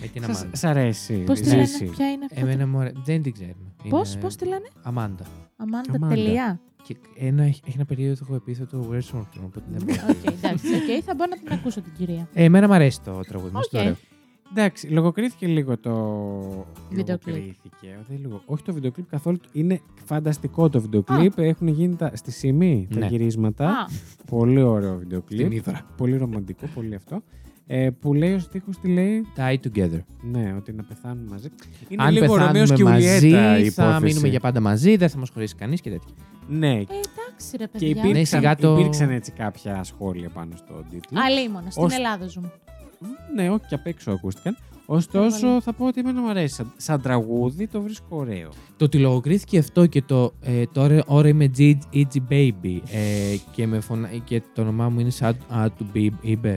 Με την Σας, Αμάντα. σ' αρέσει. Πώς τη λένε, Ε, ναι. ζήσει. ποια είναι αυτή. Εμένα μου αρέ- Δεν την ξέρουμε. Πώ, Είναι πώς τη λένε, Αμάντα. Αμάντα. Αμάντα. Τελεία. Και ένα, έχει έχει ένα περίοδο επίθετο Where's Orton, οπότε δεν μπορώ. Οκ, Ε, εντάξει, [LAUGHS] οκ, θα μπορώ να την ακούσω την κυρία. Ε, Εμένα μου αρέσει το τραγούδι. μας, Οκ. το ωραίο. Εντάξει, λογοκρίθηκε λίγο το. Βίντεο κλιπ. Λογοκρίθηκε. Δεν λίγο. Όχι το βιντεοκλίπ καθόλου. Είναι φανταστικό το βιντεοκλίπ. Έχουν γίνει τα... στη Σιμή τα Ναι. γυρίσματα. Α, Πολύ ωραίο βιντεοκλίπ. Την είδωρα. Πολύ ρομαντικό, πολύ αυτό. Ε, που λέει ο στίχος τι λέει. Die Together. Ναι, ότι να πεθάνουμε μαζί. Είναι Αν λίγο Ρωμαίος πεθάνουμε και μαζί, Ιουλιέτα η θα υπόθεση. μείνουμε για πάντα μαζί, δεν θα μας χωρίσει κανείς και τέτοια. Ναι, ε, εντάξει, ρε και παιδιά. υπήρξαν, Ναι, σιγά το- υπήρξαν έτσι κάποια σχόλια πάνω στο τίτλο. Αλίμονο, στην Ως- Ελλάδα ζούμε. Ναι, όχι και απ' έξω ακούστηκαν. Ωστόσο, Έβαλε. θα πω ότι εμένα μου αρέσει. Σαν, σαν τραγούδι το βρίσκω ωραίο. Το ότι λογοκρίθηκε αυτό και το ε, τώρα, ώρα είμαι G- EG Baby ε, και, με φωνα... και το όνομά μου είναι σαν α, του Bieber. Ε,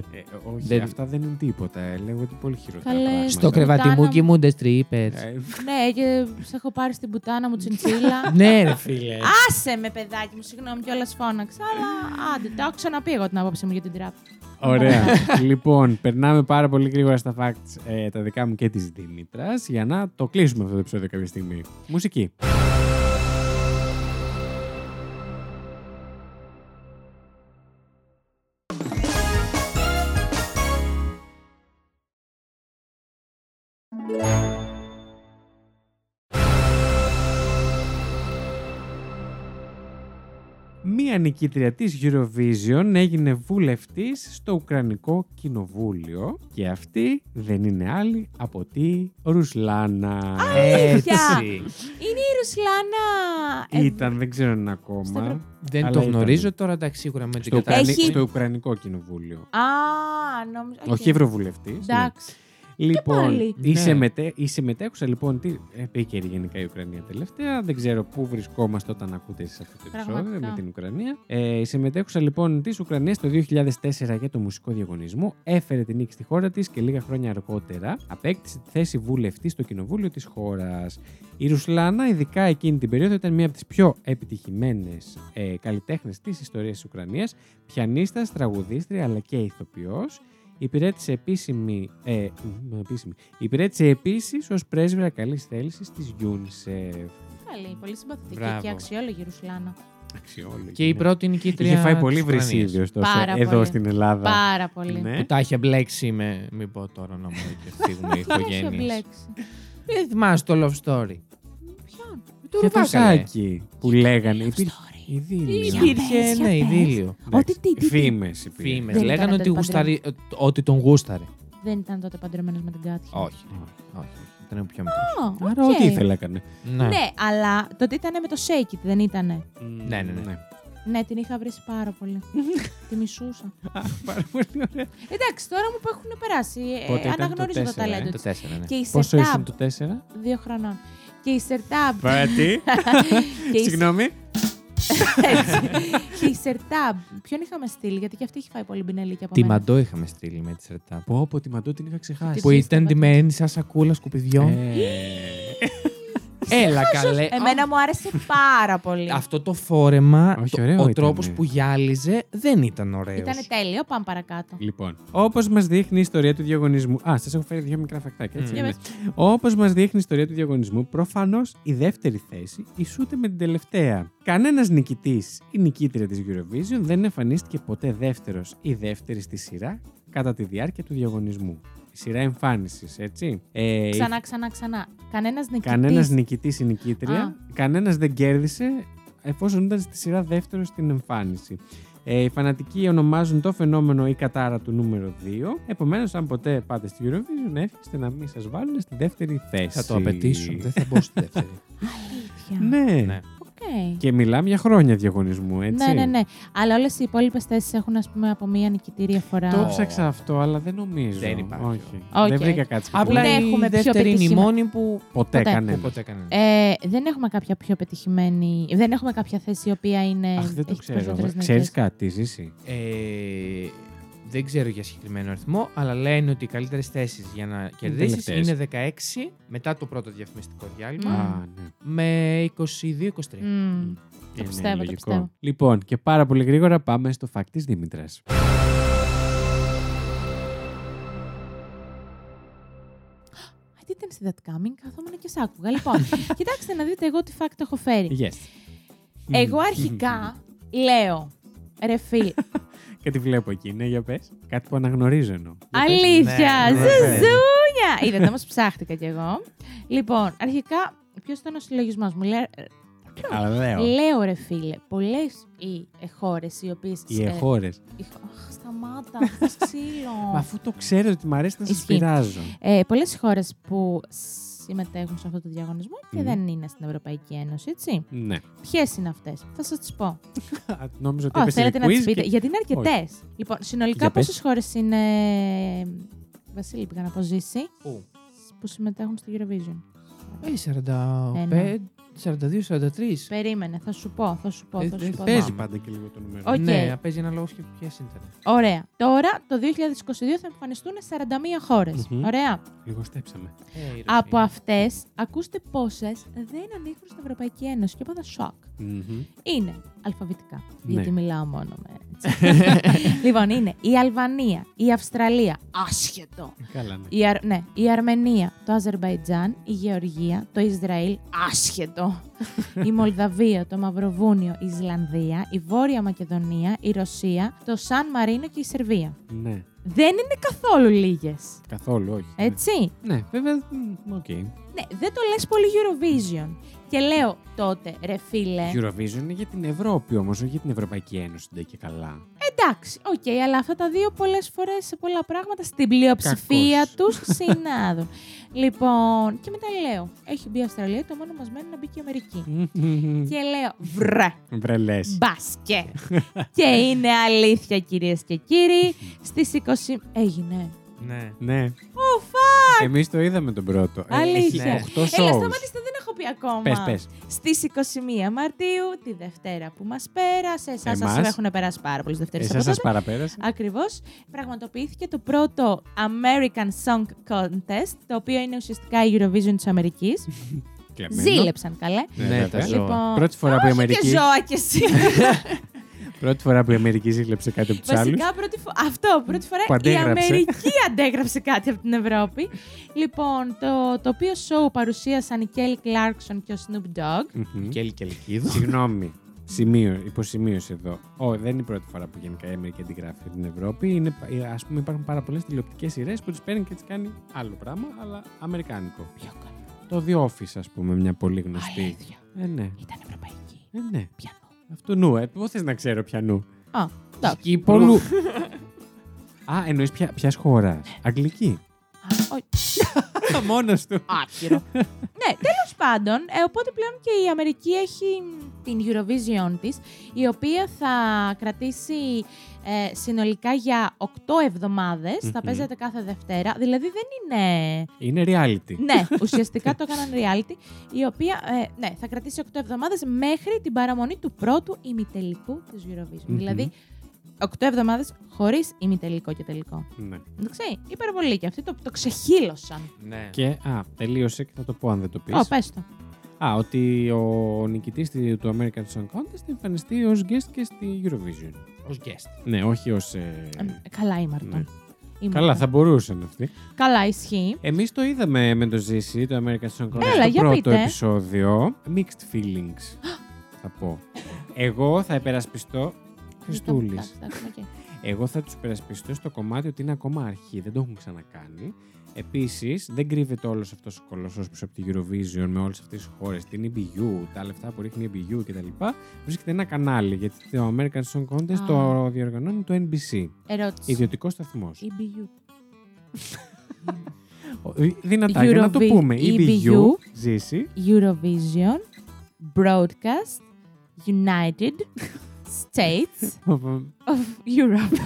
όχι, Δεν- αυτά δεν είναι τίποτα. Ε, λέγονται πολύ χειρότερα. Καλές. πράγματα. Στο Μετά- κρεβάτι μου Πουτάνα. κοιμούνται strippers. Ε, Ναι, και σε έχω πάρει στην [LAUGHS] πουτάνα μου τσιντσίλα. ναι ρε φίλε. Άσε με, παιδάκι μου, συγγνώμη κιόλας φώναξα. Αλλά άντε, τα έχω ξαναπεί εγώ την άποψή μου για την τράπεζα. Ωραία. Ναι. [LAUGHS] λοιπόν, περνάμε πάρα πολύ γρήγορα στα facts ε, τα δικά μου και της Δήμητρα για να το κλείσουμε αυτό το επεισόδιο κάποια στιγμή. Μουσική. μία νικήτρια της Eurovision έγινε βουλευτής στο Ουκρανικό Κοινοβούλιο και αυτή δεν είναι άλλη από τη Ρουσλάνα. Είναι η Ρουσλάνα. ε, Ήταν, δεν ξέρω αν είναι στο Ευρω- ακόμα, Δεν Αλλά το ήταν. γνωρίζω τώρα, εντάξει, σίγουρα με την στο, κατάλληλη. Ουκρανι- Έχει- στο Ουκρανικό Κοινοβούλιο. Α, νόμιζα. οκ. Όχι Ευρωβουλευτής. ναι. Εντάξει. Λοιπόν, πάλι. η, Ναι. συμμετέ, η συμμετέχουσα λοιπόν, τι, επίκαιρη γενικά η Ουκρανία τελευταία, δεν ξέρω πού βρισκόμαστε όταν ακούτε εσείς αυτό το επεισόδιο Πραγματικά. με την Ουκρανία. Ε, η συμμετέχουσα λοιπόν της Ουκρανίας το 2004 για το μουσικό διαγωνισμό έφερε την νίκη στη χώρα της και λίγα χρόνια αργότερα απέκτησε τη θέση βουλευτή στο κοινοβούλιο της χώρας. Η Ρουσλάνα ειδικά εκείνη την περίοδο ήταν μία από τις πιο επιτυχημένες ε, καλλιτέχνες της ιστορίας της Ουκρανίας, πιανίστας, τραγουδίστρια αλλά και ηθοποιός. Υπηρέτησε επίσημη, ε, μ, επίσημη. Υπηρέτησε επίσης ως πρέσβυρα καλής θέλησης της UNICEF. Καλή, πολύ συμπαθητική Μπράβο. και αξιόλογη η Ρουσλάνα. Αξιόλογη. Και η ναι. πρώτη νικήτρια. Είχε φάει πολύ της Ουκρανίας. βρυσίδι ωστόσο Πάρα εδώ πολύ. στην Ελλάδα. Πάρα πολύ. Ναι. Που τα είχε μπλέξει με. Μην πω τώρα να μου και [LAUGHS] φύγουμε οι Ποιον είχε οικογένειες. μπλέξει. Δεν Ε, θυμάσαι το love story. Ποιον. Με Το Και το ρουβάκαλε. σάκι που λέγανε. Love Υπήρχε. story. Ειδήλιο. Για Υπήρχε, πες, για ναι, πες. ειδήλιο. Ότι τι, τι, τι. Φήμες υπήρχε. Φήμες. Δεν Λέγανε ήταν ότι, τότε γουστάρει, ότι τον γούσταρε. Δεν ήταν τότε παντρεμένος με την Κάτια. Όχι. Όχι. Ήταν πιο μικρός. Α, οκ. Άρα ό,τι ήθελε έκανε. Ναι, αλλά τότε ήταν με το Shake It, δεν ήτανε. Ναι, ναι, ναι. Ναι, την είχα βρει πάρα [LAUGHS] πολύ. τη μισούσα. Πάρα πολύ ωραία. Εντάξει, τώρα μου που έχουν περάσει. ε, Πότε ήταν το αναγνωρίζω το, τέσσερα, ε, ταλέντο Το της. τέσσερα, ναι. Και η Πόσο Σερτάμπ, ήσουν το 4. δύο χρονών. Και η Σερτάμπ. [LAUGHS] Πάτη. και η Ε, Συγγνώμη. Έτσι. και η Σερτάμπ. Ποιον είχαμε στείλει, γιατί και αυτή έχει φάει πολύ μπινελίκια από Τη μένα. μαντό είχαμε στείλει με τη σερτά. Πω, πω, τη μαντό την είχα ξεχάσει. Που Εσύ ήταν είστε ντυμένη σαν σακούλα σκουπιδιών. Ε, Έλα καλέ. Εμένα μου άρεσε πάρα πολύ. Αυτό το φόρεμα, Όχι, το- ωραίο ο ήτανε. τρόπος που γυάλιζε δεν ήταν ωραίος. Ήταν τέλειο, πάμε παρακάτω. Λοιπόν, όπως μας δείχνει η ιστορία του διαγωνισμού. Α, σας έχω φέρει δύο μικρά φακτάκια. Έτσι, Μμ. Για ναι. πες. Όπως μας δείχνει η ιστορία του διαγωνισμού, προφανώς η δεύτερη θέση ισούται με την τελευταία. Κανένας νικητής ή νικήτρια της Eurovision δεν εμφανίστηκε ποτέ δεύτερος ή δεύτερη στη σειρά κατά τη διάρκεια του διαγωνισμού. Η σειρά εμφάνισης, έτσι. Ε, Ξανά, ξανά, ξανά. Κανένας νικητής. Κανένας νικητής ή νικήτρια, Α. κανένας δεν κέρδισε εφόσον ήταν στη σειρά δεύτερο στην εμφάνιση. Ε, οι φανατικοί ονομάζουν το φαινόμενο η κατάρα του νούμερο 2. Επομένως, αν ποτέ πάτε στη Eurovision, εύχεστε να μην σας βάλουν στη δεύτερη θέση. Θα το απαιτήσουν. Δεν θα μπω [LAUGHS] στη δεύτερη. Αλήθεια. Ναι. Ναι. Οκ. Και μιλάμε για χρόνια διαγωνισμού, έτσι. Ναι, ναι, ναι. Αλλά όλες οι υπόλοιπες θέσεις έχουν, ας πούμε, από μία νικητήρια φορά. Το ψάξα αυτό, αλλά δεν νομίζω. Δεν υπάρχει. Όχι. Οκ. Δεν βρήκα κάτι. Απλά συγκεκριμένο. Ναι, η έχουμε πιο δεύτερη είναι η πετυχημένα. μόνη που ποτέ ποτέ. κανένα. Ποτέ κανένα. Ε, δεν έχουμε κάποια πιο πετυχημένη. Δεν έχουμε κάποια θέση η οποία είναι. Αχ, δεν το έχει ξέρω. περισσότερες νίκες. Ξέρει κάτι, Ζήση. Ε, δεν ξέρω για συγκεκριμένο αριθμό, αλλά λένε ότι οι καλύτερες θέσεις για να κερδίσεις τελευταίες. είναι 16 μετά το πρώτο διαφημιστικό διάλειμμα Μμμ. Α, ναι. με 22-23. Μμμ. Ε, ναι, πιστεύω, το λογικό. πιστεύω. Λοιπόν, και πάρα πολύ γρήγορα πάμε στο φακ της Δήμητρας. Ε. I didn't see that coming. Καθόμουν και σ' άκουγα. [LAUGHS] Λοιπόν, κοιτάξτε να δείτε εγώ τι fact έχω φέρει. Yes. Εγώ [LAUGHS] αρχικά λέω. Ρε φίλε, Κάτι βλέπω εκεί, ναι, για πες. Κάτι που αναγνωρίζω εννοώ. Για πες. αλήθεια, Ναι, ναι, ναι. ζουζούνια! Είδατε, όμως ψάχτηκα κι εγώ. Λοιπόν, αρχικά, ποιος ήταν ο συλλογισμός μου. Λέ- Αλλά λέω. Λέω ρε φίλε, πολλές οι χώρε οι οποίες. Οι εχώρες. Αχ, [LAUGHS] σταμάτα, θες Μα ξύλο. αφού το ξέρω ότι μου αρέσει να σας Ισχύει. πειράζω. ε, πολλές χώρες που συμμετέχουν σε αυτό το διαγωνισμό και Μμμ. δεν είναι στην Ευρωπαϊκή Ένωση, έτσι. Ναι. Ποιες είναι αυτές, θα σας τις πω. Α, Νόμιζα ότι Ω, έπεσε θέλετε να τις quiz πείτε, και- γιατί είναι αρκετές. Λοιπόν, συνολικά Για πες. πόσε χώρες είναι. Βασίλη, πήγα να πω ζήσει, Πού? που συμμετέχουν στο Eurovision. Ε, 45, 42-43. Περίμενε, θα σου πω, θα σου πω, Ε, θα δεν σου πω. θες. Παίζει Πάμε. πάντα και λίγο το νούμερο. Οκ. Ναι, παίζει ένα λόγο και ποιε ήταν. Ωραία. Τώρα, το 2022 θα εμφανιστούν 41 χώρες. Μμμ. Ωραία. Λίγο στέψαμε. Ε, η Από Ρωσία. αυτές, ακούστε πόσες δεν ανήκουν στην Ευρωπαϊκή Ένωση και έπαθα σοκ. Μμμ. Είναι αλφαβητικά. Ναι. Γιατί μιλάω μόνο με. [LAUGHS] έτσι. λοιπόν, είναι η Αλβανία, η Αυστραλία. Άσχετο. Καλά, ναι. Η, Αρ... ναι, η Αρμενία, το Αζερβαϊτζάν, η Γεωργία, το Ισραήλ, άσχετο. η Μολδαβία, το Μαυροβούνιο, η Ισλανδία, η Βόρεια Μακεδονία, η Ρωσία, το Σαν Μαρίνο και η Σερβία. Ναι. δεν είναι καθόλου λίγες. Καθόλου, όχι. ναι. Έτσι. Ναι, βέβαια. μ, Οκ. Ναι, δεν το λες πολύ Eurovision. Και λέω τότε, ρε φίλε, Eurovision είναι για την Ευρώπη όμως, όχι για την Ευρωπαϊκή Ένωση. ντε και [LAUGHS] καλά. εντάξει, οκ, αλλά αυτά τα δύο πολλές φορές σε πολλά πράγματα στην πλειοψηφία Κακός. τους συνάδουν. λοιπόν, και μετά λέω, έχει μπει η Αυστραλία, το μόνο μας μένει να μπει και η Αμερική. και λέω, βρε, Βρε λες. μπάσκε. και είναι αλήθεια κυρίες και κύριοι, στις 20... Έγινε. Ναι. Ναι. Ω, φα! Εμείς το είδαμε τον πρώτο. Ε, Αλήθεια. Έχει 8 Έλα, σόου. σταματήστε, δεν έχω πει ακόμα. Πες, πες. Στις 21 Μαρτίου, τη Δευτέρα που μας πέρασε, εσάς σας Εμάς. έχουν περάσει πάρα πολλές Δευτέρες από Εσάς σας τότε. παραπέρασε. Ακριβώς, πραγματοποιήθηκε το πρώτο American Song Contest, το οποίο είναι ουσιαστικά η Eurovision της Αμερικής. Κλεμμένο. Ζήλεψαν καλέ. Ναι, Ναι, βέβαια. τα ζώα. Λοιπόν, Πρώτη φορά που η όχι Αμερική. και ζώα και εσύ. Πρώτη φορά που η Αμερική ζήλεψε κάτι από τους άλλου. Βασικά, πρώτη φο- αυτό, πρώτη φορά Που η αντέγραψε. Αμερική [LAUGHS] αντέγραψε κάτι από την Ευρώπη. λοιπόν, το, το οποίο show παρουσίασαν η Kelly Clarkson και ο Snoop Dogg. Κέλ Κελκίδου. Συγγνώμη. Σημείο, υποσημείωση εδώ. Ω, δεν είναι η πρώτη φορά που γενικά η Αμερική αντιγράφει την Ευρώπη. Είναι, ε, ας πούμε, υπάρχουν πάρα πολλές τηλεοπτικές σειρές που τις παίρνει και τις κάνει άλλο πράγμα, αλλά αμερικάνικο. Ποιο καλό, Το The Office, ας πούμε, μια πολύ γνωστή. αλήθεια. Ε, ναι. Ήταν ευρωπαϊκή. Ε, ναι. Πιανό. Αυτό νου, ε. Πώς θες να ξέρω ποια νου. Α, εντάξει. Κύπολου. [LAUGHS] Α, εννοείς ποια χώρας. Αγγλική. Α, όχι. Μόνος του. Άπειρο. ναι, τέλος πάντων, ε, οπότε πλέον και η Αμερική έχει την Eurovision της, η οποία θα κρατήσει ε, συνολικά για 8 εβδομαδε Θα Μμμ. παίζεται κάθε Δευτέρα. Δηλαδή δεν είναι. Είναι reality. ναι, ουσιαστικά το έκαναν reality, η οποία ε, ναι, θα κρατήσει 8 εβδομάδες μέχρι την παραμονή του πρώτου ημιτελικού της Eurovision. Μμμ. Δηλαδή 8 εβδομάδες χωρίς ημιτελικό και τελικό. Ναι. Εντάξει, υπερβολή και αυτοί το, το ξεχύλωσαν. Ναι. Και, α, τελείωσε και θα το πω αν δεν το πεις. Ω, πες το. Α, ότι ο νικητής του American Song Contest εμφανιστεί ως guest και στη Eurovision. Ως guest. Ναι, όχι ως. Ε... Ε, Καλά η Μαρτών. ναι. Η Καλά, Μαρτών. θα μπορούσαν αυτοί. Καλά, ισχύει. Εμείς το είδαμε με το Ζήση, το American Song Contest. Έλα, το για πρώτο πείτε. επεισόδιο. Mixed feelings. θα πω. Εγώ θα υπερασπιστώ. Χριστούλης. Εντάξει, εντάξει, οκ. Εγώ θα τους υπερασπιστώ στο κομμάτι ότι είναι ακόμα αρχή, δεν το έχουν ξανακάνει. Επίσης, δεν κρύβεται όλος αυτός ο κολοσσός πίσω από τη Eurovision με όλες αυτές τις χώρες, την EBU, τα λεφτά που ρίχνει η EBU κτλ. Βρίσκεται ένα κανάλι, γιατί το American Song Contest Α. το διοργανώνει το NBC. Ερώτηση. Ιδιωτικός σταθμός. EBU. Δυνατά, για να το Eurovi- πούμε. EBU EBU. ζήσει. Eurovision Broadcast [LAUGHS] United States of Europe.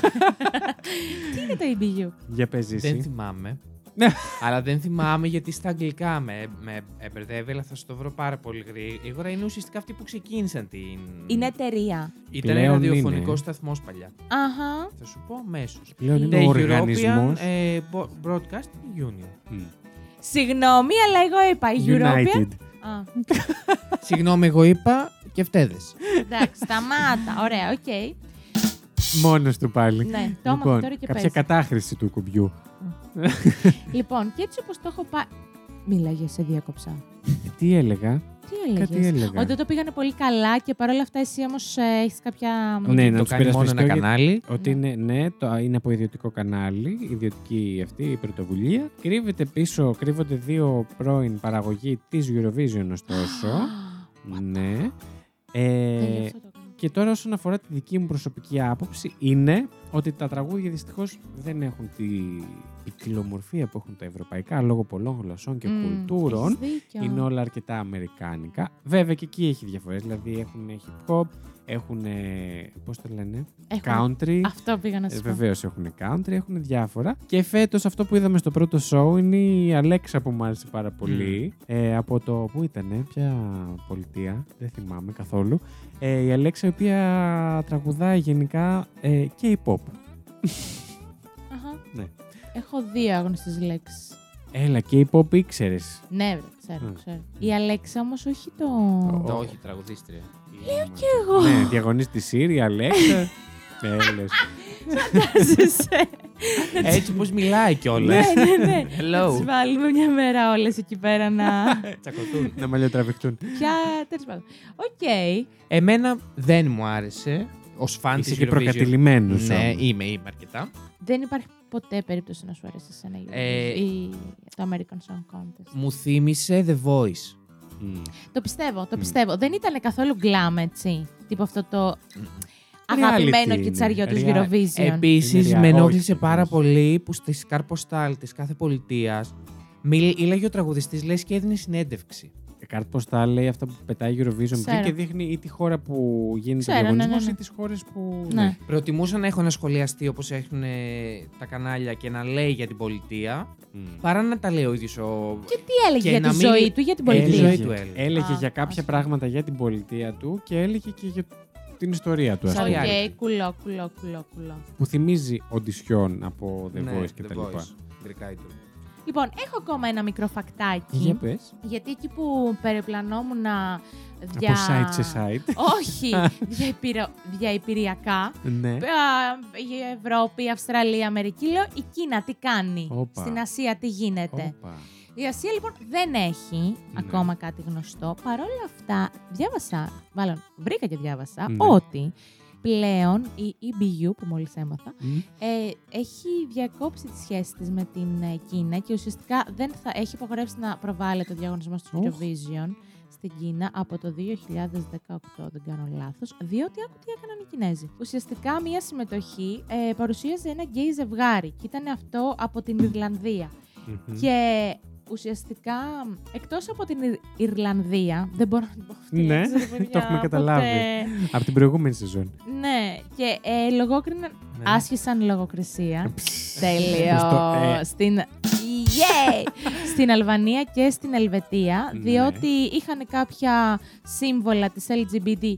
[LAUGHS] Τι είναι το E EBU? Για πες, Δεν ζήσει. θυμάμαι. Ναι. αλλά δεν θυμάμαι γιατί στα αγγλικά με, με εμπερδεύει, αλλά θα στο το βρω πάρα πολύ γρήγορα. Είναι ουσιαστικά αυτοί που ξεκίνησαν την. Είναι εταιρεία. Ήταν Πλέον ένα είναι. ραδιοφωνικός σταθμός παλιά. Αχα. Θα σου πω αμέσω. Πλέον είναι ο οργανισμός. Ναι, ε, Bo- Broadcast Union. Συγγνώμη, αλλά εγώ είπα Ε, European. United. Α, Συγγνώμη, εγώ είπα και φταίδες. εντάξει, σταμάτα. Ωραία, οκ. Μόνος του πάλι. Ναι, το άμαθα Λοιπόν, τώρα και κάποια πες. κατάχρηση του κουμπιού. Λοιπόν, και έτσι όπως το έχω πάει... Μίλαγε, σε διάκοψα. Ε, Τι έλεγα, Τι έλεγες? κάτι Ε, έλεγα. Ότι το πήγανε πολύ καλά και παρόλα αυτά εσύ όμως έχεις κάποια. Ναι, να το τους κάνει μόνο υπερασπιστώ ένα γιατί- κανάλι. Ότι είναι, ναι, το, είναι από ιδιωτικό κανάλι, ιδιωτική αυτή η πρωτοβουλία. Κρύβεται πίσω, κρύβονται δύο πρώην παραγωγή της Eurovision ωστόσο. ναι. Ε, Τελείωσε το κάνω. και τώρα όσον αφορά τη δική μου προσωπική άποψη είναι ότι τα τραγούδια δυστυχώς δεν έχουν τη ποικιλομορφία που έχουν τα ευρωπαϊκά λόγω πολλών γλωσσών και Μμμ, κουλτούρων. έχεις δίκιο. Είναι όλα αρκετά αμερικάνικα. Βέβαια και εκεί έχει διαφορές, δηλαδή έχουν hip hop, έχουν, πώς το λένε, Έχουν- country. Αυτό πήγα να Ε, σου πω. Βεβαίως έχουν country, έχουν διάφορα. Και φέτος αυτό που είδαμε στο πρώτο show είναι η Αλέξα που μου άρεσε πάρα πολύ. Ε, από το. Πού ήταν, ε, ποια πολιτεία, δεν θυμάμαι καθόλου. Ε, η Αλέξα η οποία τραγουδάει γενικά ε, και pop. Αχα. Ναι. Έχω δύο άγνωστες λέξεις. Έλα, και pop ήξερες. Ναι, βρε, ξέρω, Ναι. ξέρω. Η Αλέξα όμως όχι το. Ο- Το όχι, τραγουδίστρια. Και εγώ. [LAUGHS] Ναι, διαγωνίζει τη Σύρη, η Αλέξα. Τέλο. Φαντάζεσαι. Ε, Έτσι πώ μιλάει κιόλας. Ναι, ναι, ναι. Hello. Τις βάλουμε μια μέρα όλες εκεί πέρα [LAUGHS] να. [LAUGHS] Τσακωθούν. Να μαλλιοτραβηχτούν. Πια. Τέλος πάντων. Οκ. Εμένα δεν μου άρεσε. Ως φαν Είσαι της και προκατηλημένος. Ναι, Ναι, είμαι, είμαι αρκετά. Δεν υπάρχει ποτέ περίπτωση να σου αρέσει εσένα η Ε, Eurovision ή το American Song Contest. Μου θύμισε The Voice. Το πιστεύω, το Μμ. πιστεύω. Δεν ήταν καθόλου γκλάμ, έτσι. Τύπο αυτό το Reality αγαπημένο κιτσαριό του είναι. Eurovision. Επίσης, Είναι με real. ενόχλησε Όχι, πάρα όχι. πολύ που στη σκάρποστάλ της κάθε πολιτείας μίλαγε ο τραγουδιστής, λες και έδινε συνέντευξη. Κάρτ πώ Ε, τα λέει αυτά που πετάει η Eurovision Ξέρω. και δείχνει ή τη χώρα που γίνεται ο Ξέρω, ναι, ναι, διαγωνισμό ναι. ή τις χώρες που. Ναι. Προτιμούσα να έχω ένα σχολιαστή όπως έχουν τα κανάλια και να λέει για την πολιτεία Μμ. παρά να τα λέει ο ίδιος ο. Και τι έλεγε Και για να τη μην- ζωή του, ή για την Έλεγε- πολιτεία. ζωή του έλεγε. Έλεγε Α, για κάποια ας. πράγματα για την πολιτεία του και έλεγε και για την ιστορία του, ας Οκ, Σαν πούμε. reality. κουλό, κουλό, κουλό, κουλό. Που θυμίζει οντισιόν από The Ναι, Voice κτλ. Voice, Greek Idol. Λοιπόν, έχω ακόμα ένα μικρό φακτάκι. Για πες. Γιατί εκεί που περιπλανόμουν δια... Από site σε site. [LAUGHS] Όχι, διαυπηρο- διαυπηριακά. ναι. Α, Η Ευρώπη, η Αυστραλία, η Αμερική. Λέω η Κίνα τι κάνει. Όπα. Στην Ασία τι γίνεται. Όπα. Ναι. Η Ασία λοιπόν δεν έχει ακόμα κάτι γνωστό. Παρ' όλα αυτά, διάβασα, μάλλον βρήκα και διάβασα, Ναι. ότι πλέον η EBU που μόλις έμαθα Μμ. ε, έχει διακόψει τη σχέση της με την ε, Κίνα και ουσιαστικά δεν θα έχει υπογράψει να προβάλλεται ο διαγωνισμός του Οχ. Eurovision στην Κίνα από το 2018, δεν κάνω λάθος, διότι άκου τι έκαναν οι Κινέζοι. Ουσιαστικά μία συμμετοχή ε, παρουσίαζε ένα γκέι ζευγάρι και ήταν αυτό από την Ιρλανδία. Μμμ. Και ουσιαστικά, εκτός από την Ιρ- Ιρλανδία, δεν μπορώ να την πω αυτή. Ναι, δεν ξέρω, παιδιά, το έχουμε ποτέ. καταλάβει. Από την προηγούμενη σεζόν. Ναι, και ε, λογόκριναν, Ναι. άσχησαν λογοκρισία. Τέλειο. Στο, ε. Στην... Yeah! στην Αλβανία και στην Ελβετία, Ναι. διότι είχαν κάποια σύμβολα της LGBTQ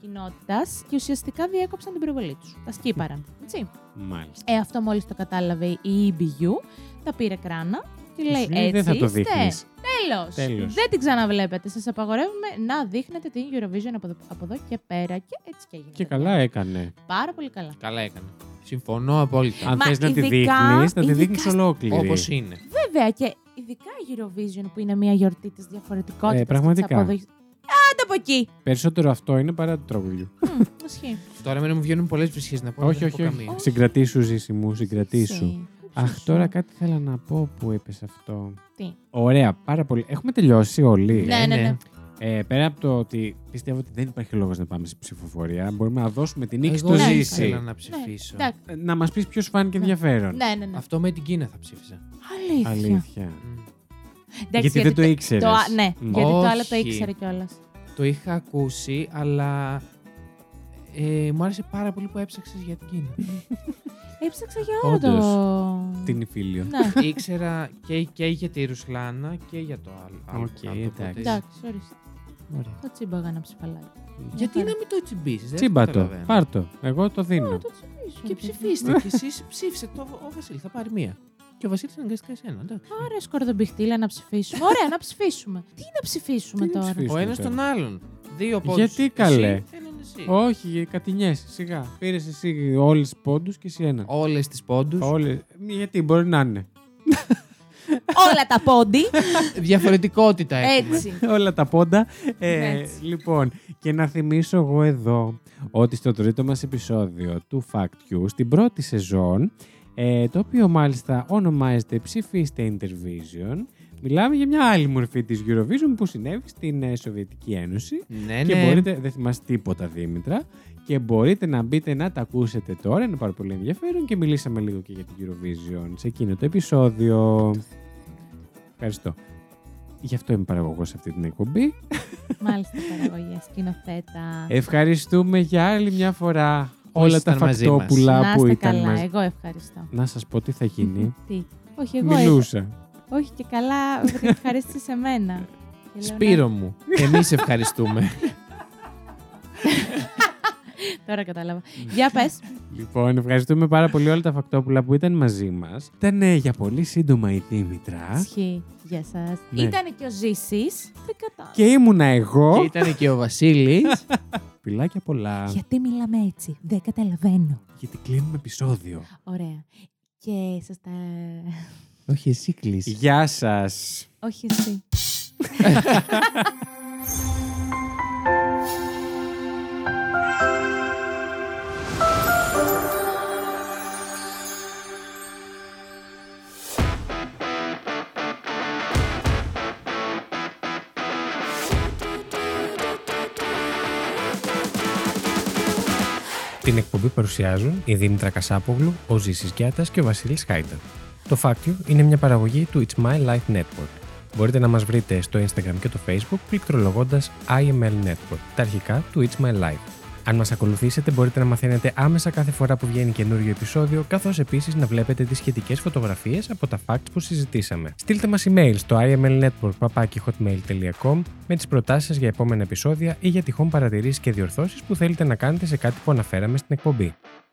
κοινότητας και ουσιαστικά διέκοψαν την προβολή τους. Τα σκύπαραν. Έτσι. Μάλιστα. Ε, αυτό μόλις το κατάλαβε η EBU, τα πήρε κράνα και λέει Σου λέει, έτσι ε, Δεν θα το είστε. δείχνεις. Τέλος. Τέλος. Δεν την ξαναβλέπετε. Σας απαγορεύουμε να δείχνετε την Eurovision από, εδώ- από εδώ και πέρα και έτσι και έγινε. Και καλά έκανε. Πάρα πολύ καλά. Καλά έκανε. Συμφωνώ απόλυτα. Αν Ε, δηλαδή- Μα θες να τη ειδικά- δείχνεις, να τη ειδικά δείχνεις στα- ολόκληρη. Όπως είναι. Βέβαια και ειδικά η Eurovision που είναι μια γιορτή της διαφορετικότητας. Ε, πραγματικά. της αποδοχής. Άντε από εκεί. Περισσότερο αυτό είναι παρά το τραγούδι. Μμμ, Ισχύει. Τώρα εμένα μου βγαίνουν πολλές ψυχέ να πω. όχι, δεν θα πω όχι, όχι. καμία. Όχι. Συγκρατήσου, ζήση μου, συγκρατήσου. Ισχύει. Αχ, τώρα κάτι ήθελα να πω που είπες αυτό. Τι? Ωραία, πάρα πολύ. Έχουμε τελειώσει όλοι. Ναι, ναι, ναι. Ε, πέρα από το ότι πιστεύω ότι δεν υπάρχει λόγος να πάμε σε ψηφοφορία, μπορούμε να δώσουμε την νίκη Εγώ στο ναι, δεν ζήση. ήθελα να ψηφίσω. εντάξει. Ε, Να μας πεις ποιος σου φάνηκε Ναι. ενδιαφέρον. Ναι, ναι, ναι. Αυτό με την Κίνα θα ψήφιζα. Αλήθεια. Αλήθεια. Μμ. Εντάξει, γιατί, δεν το ήξερες. το α- ναι, γιατί το άλλο το Όχι. ήξερε κιόλας. Το είχα ακούσει, αλλά ε, μου άρεσε πάρα πολύ που έψαξες για την [LAUGHS] Κίνα. Έψαξα για όλο το. Την Ιφίλιο. Ναι, Ήξερα και, και για τη Ρουσλάνα και για το άλλο. άλλο Οκ, κάτω, εντάξει. οπότε- εντάξει, ορίστε. Ωραία. Το τσίμπαγα ένα ψηφαλάκι. Γιατί να μην το τσιμπήσεις, δεν Τσίμπατο. καταλαβαίνω. Πάρ το. Εγώ το δίνω. Να το ψηφίσω. Και ψηφίστε κι εσείς ψήφισε το, ο Βασίλης θα πάρει μία. Και ο Βασίλης αναγκαστικά εσένα, εντάξει. Ωραία, σκορδομπιχτήλα να ψηφίσουμε. Ωραία, να ψηφίσουμε. Τι να ψηφίσουμε Τι να τώρα. ψηφίσουμε. Ο ένας τώρα. τον άλλον. Δύο πόντους. Γιατί, Εσύ, καλέ? έναν εσύ. Όχι, κατηνιέσαι, σιγά. Πήρες εσύ όλες τις πόντους και εσύ ένα. Όλες τις πόντους. Όλες. Γιατί μπορεί να είναι. Όλα τα πόντι. Ε, Διαφορετικότητα έχουμε. Έτσι. [LAUGHS] Όλα τα πόντα. Ε, Έτσι. λοιπόν, και να θυμίσω εγώ εδώ ότι στο τρίτο μας επεισόδιο του Fact You, στην πρώτη σεζόν, ε, το οποίο μάλιστα ονομάζεται Ψηφίστε Intervision, μιλάμε για μια άλλη μορφή της Eurovision που συνέβη στην ε, Σοβιετική Ένωση Ναι, Και ναι. μπορείτε, δεν θυμάσαι τίποτα Δήμητρα, και μπορείτε να μπείτε να τα ακούσετε τώρα, είναι πάρα πολύ ενδιαφέρον και μιλήσαμε λίγο και για την Eurovision σε εκείνο το επεισόδιο. Ευχαριστώ. Γι' αυτό είμαι παραγωγός σε αυτή την εκπομπή. Μάλιστα, παραγωγή, σκηνοθέτα. Ευχαριστούμε για άλλη μια φορά όλα τα ήσασταν μαζί μας. φακτόπουλα Να που είστε ήταν καλά. μαζί. Εγώ ευχαριστώ. Να σας πω τι θα γίνει. Τι. Όχι, εγώ. ε- Μιλούσα. Όχι και καλά, ευχαρίστησε σε μένα. Και λέω, Σπύρο μου, [LAUGHS] εμείς ευχαριστούμε. «Ναι, Τώρα κατάλαβα. Για πες. Λοιπόν, ευχαριστούμε πάρα πολύ όλα τα φακτόπουλα που ήταν μαζί μας. Ήταν ε, για πολύ σύντομα η Δήμητρα. Ισχύει. Γεια σας. Ναι. Ήτανε και ο Ζήσης. Δεν κατάλαβα. Και ήμουνα εγώ. και ήταν και ο Βασίλης. Πιλάκια πολλά. Γιατί μιλάμε έτσι. Δεν καταλαβαίνω. Γιατί κλείνουμε επεισόδιο. Ωραία. Και σας τα... Όχι, εσύ κλείσει. Γεια σας. Όχι εσύ. Την εκπομπή παρουσιάζουν η Δήμητρα Κασάπογλου, ο Ζήσης Γιάτας και ο Βασίλης Χάιντα. Το Fact You είναι μια παραγωγή του It's My Life Network. Μπορείτε να μας βρείτε στο Instagram και το Facebook πληκτρολογώντας IML Network, τα αρχικά του It's My Life. Αν μας ακολουθήσετε μπορείτε να μαθαίνετε άμεσα κάθε φορά που βγαίνει καινούριο επεισόδιο, καθώς επίσης να βλέπετε τις σχετικές φωτογραφίες από τα facts που συζητήσαμε. Στείλτε μας email στο imlnetwork.hotmail.com με τις προτάσεις σας για επόμενα επεισόδια ή για τυχόν παρατηρήσεις και διορθώσεις που θέλετε να κάνετε σε κάτι που αναφέραμε στην εκπομπή.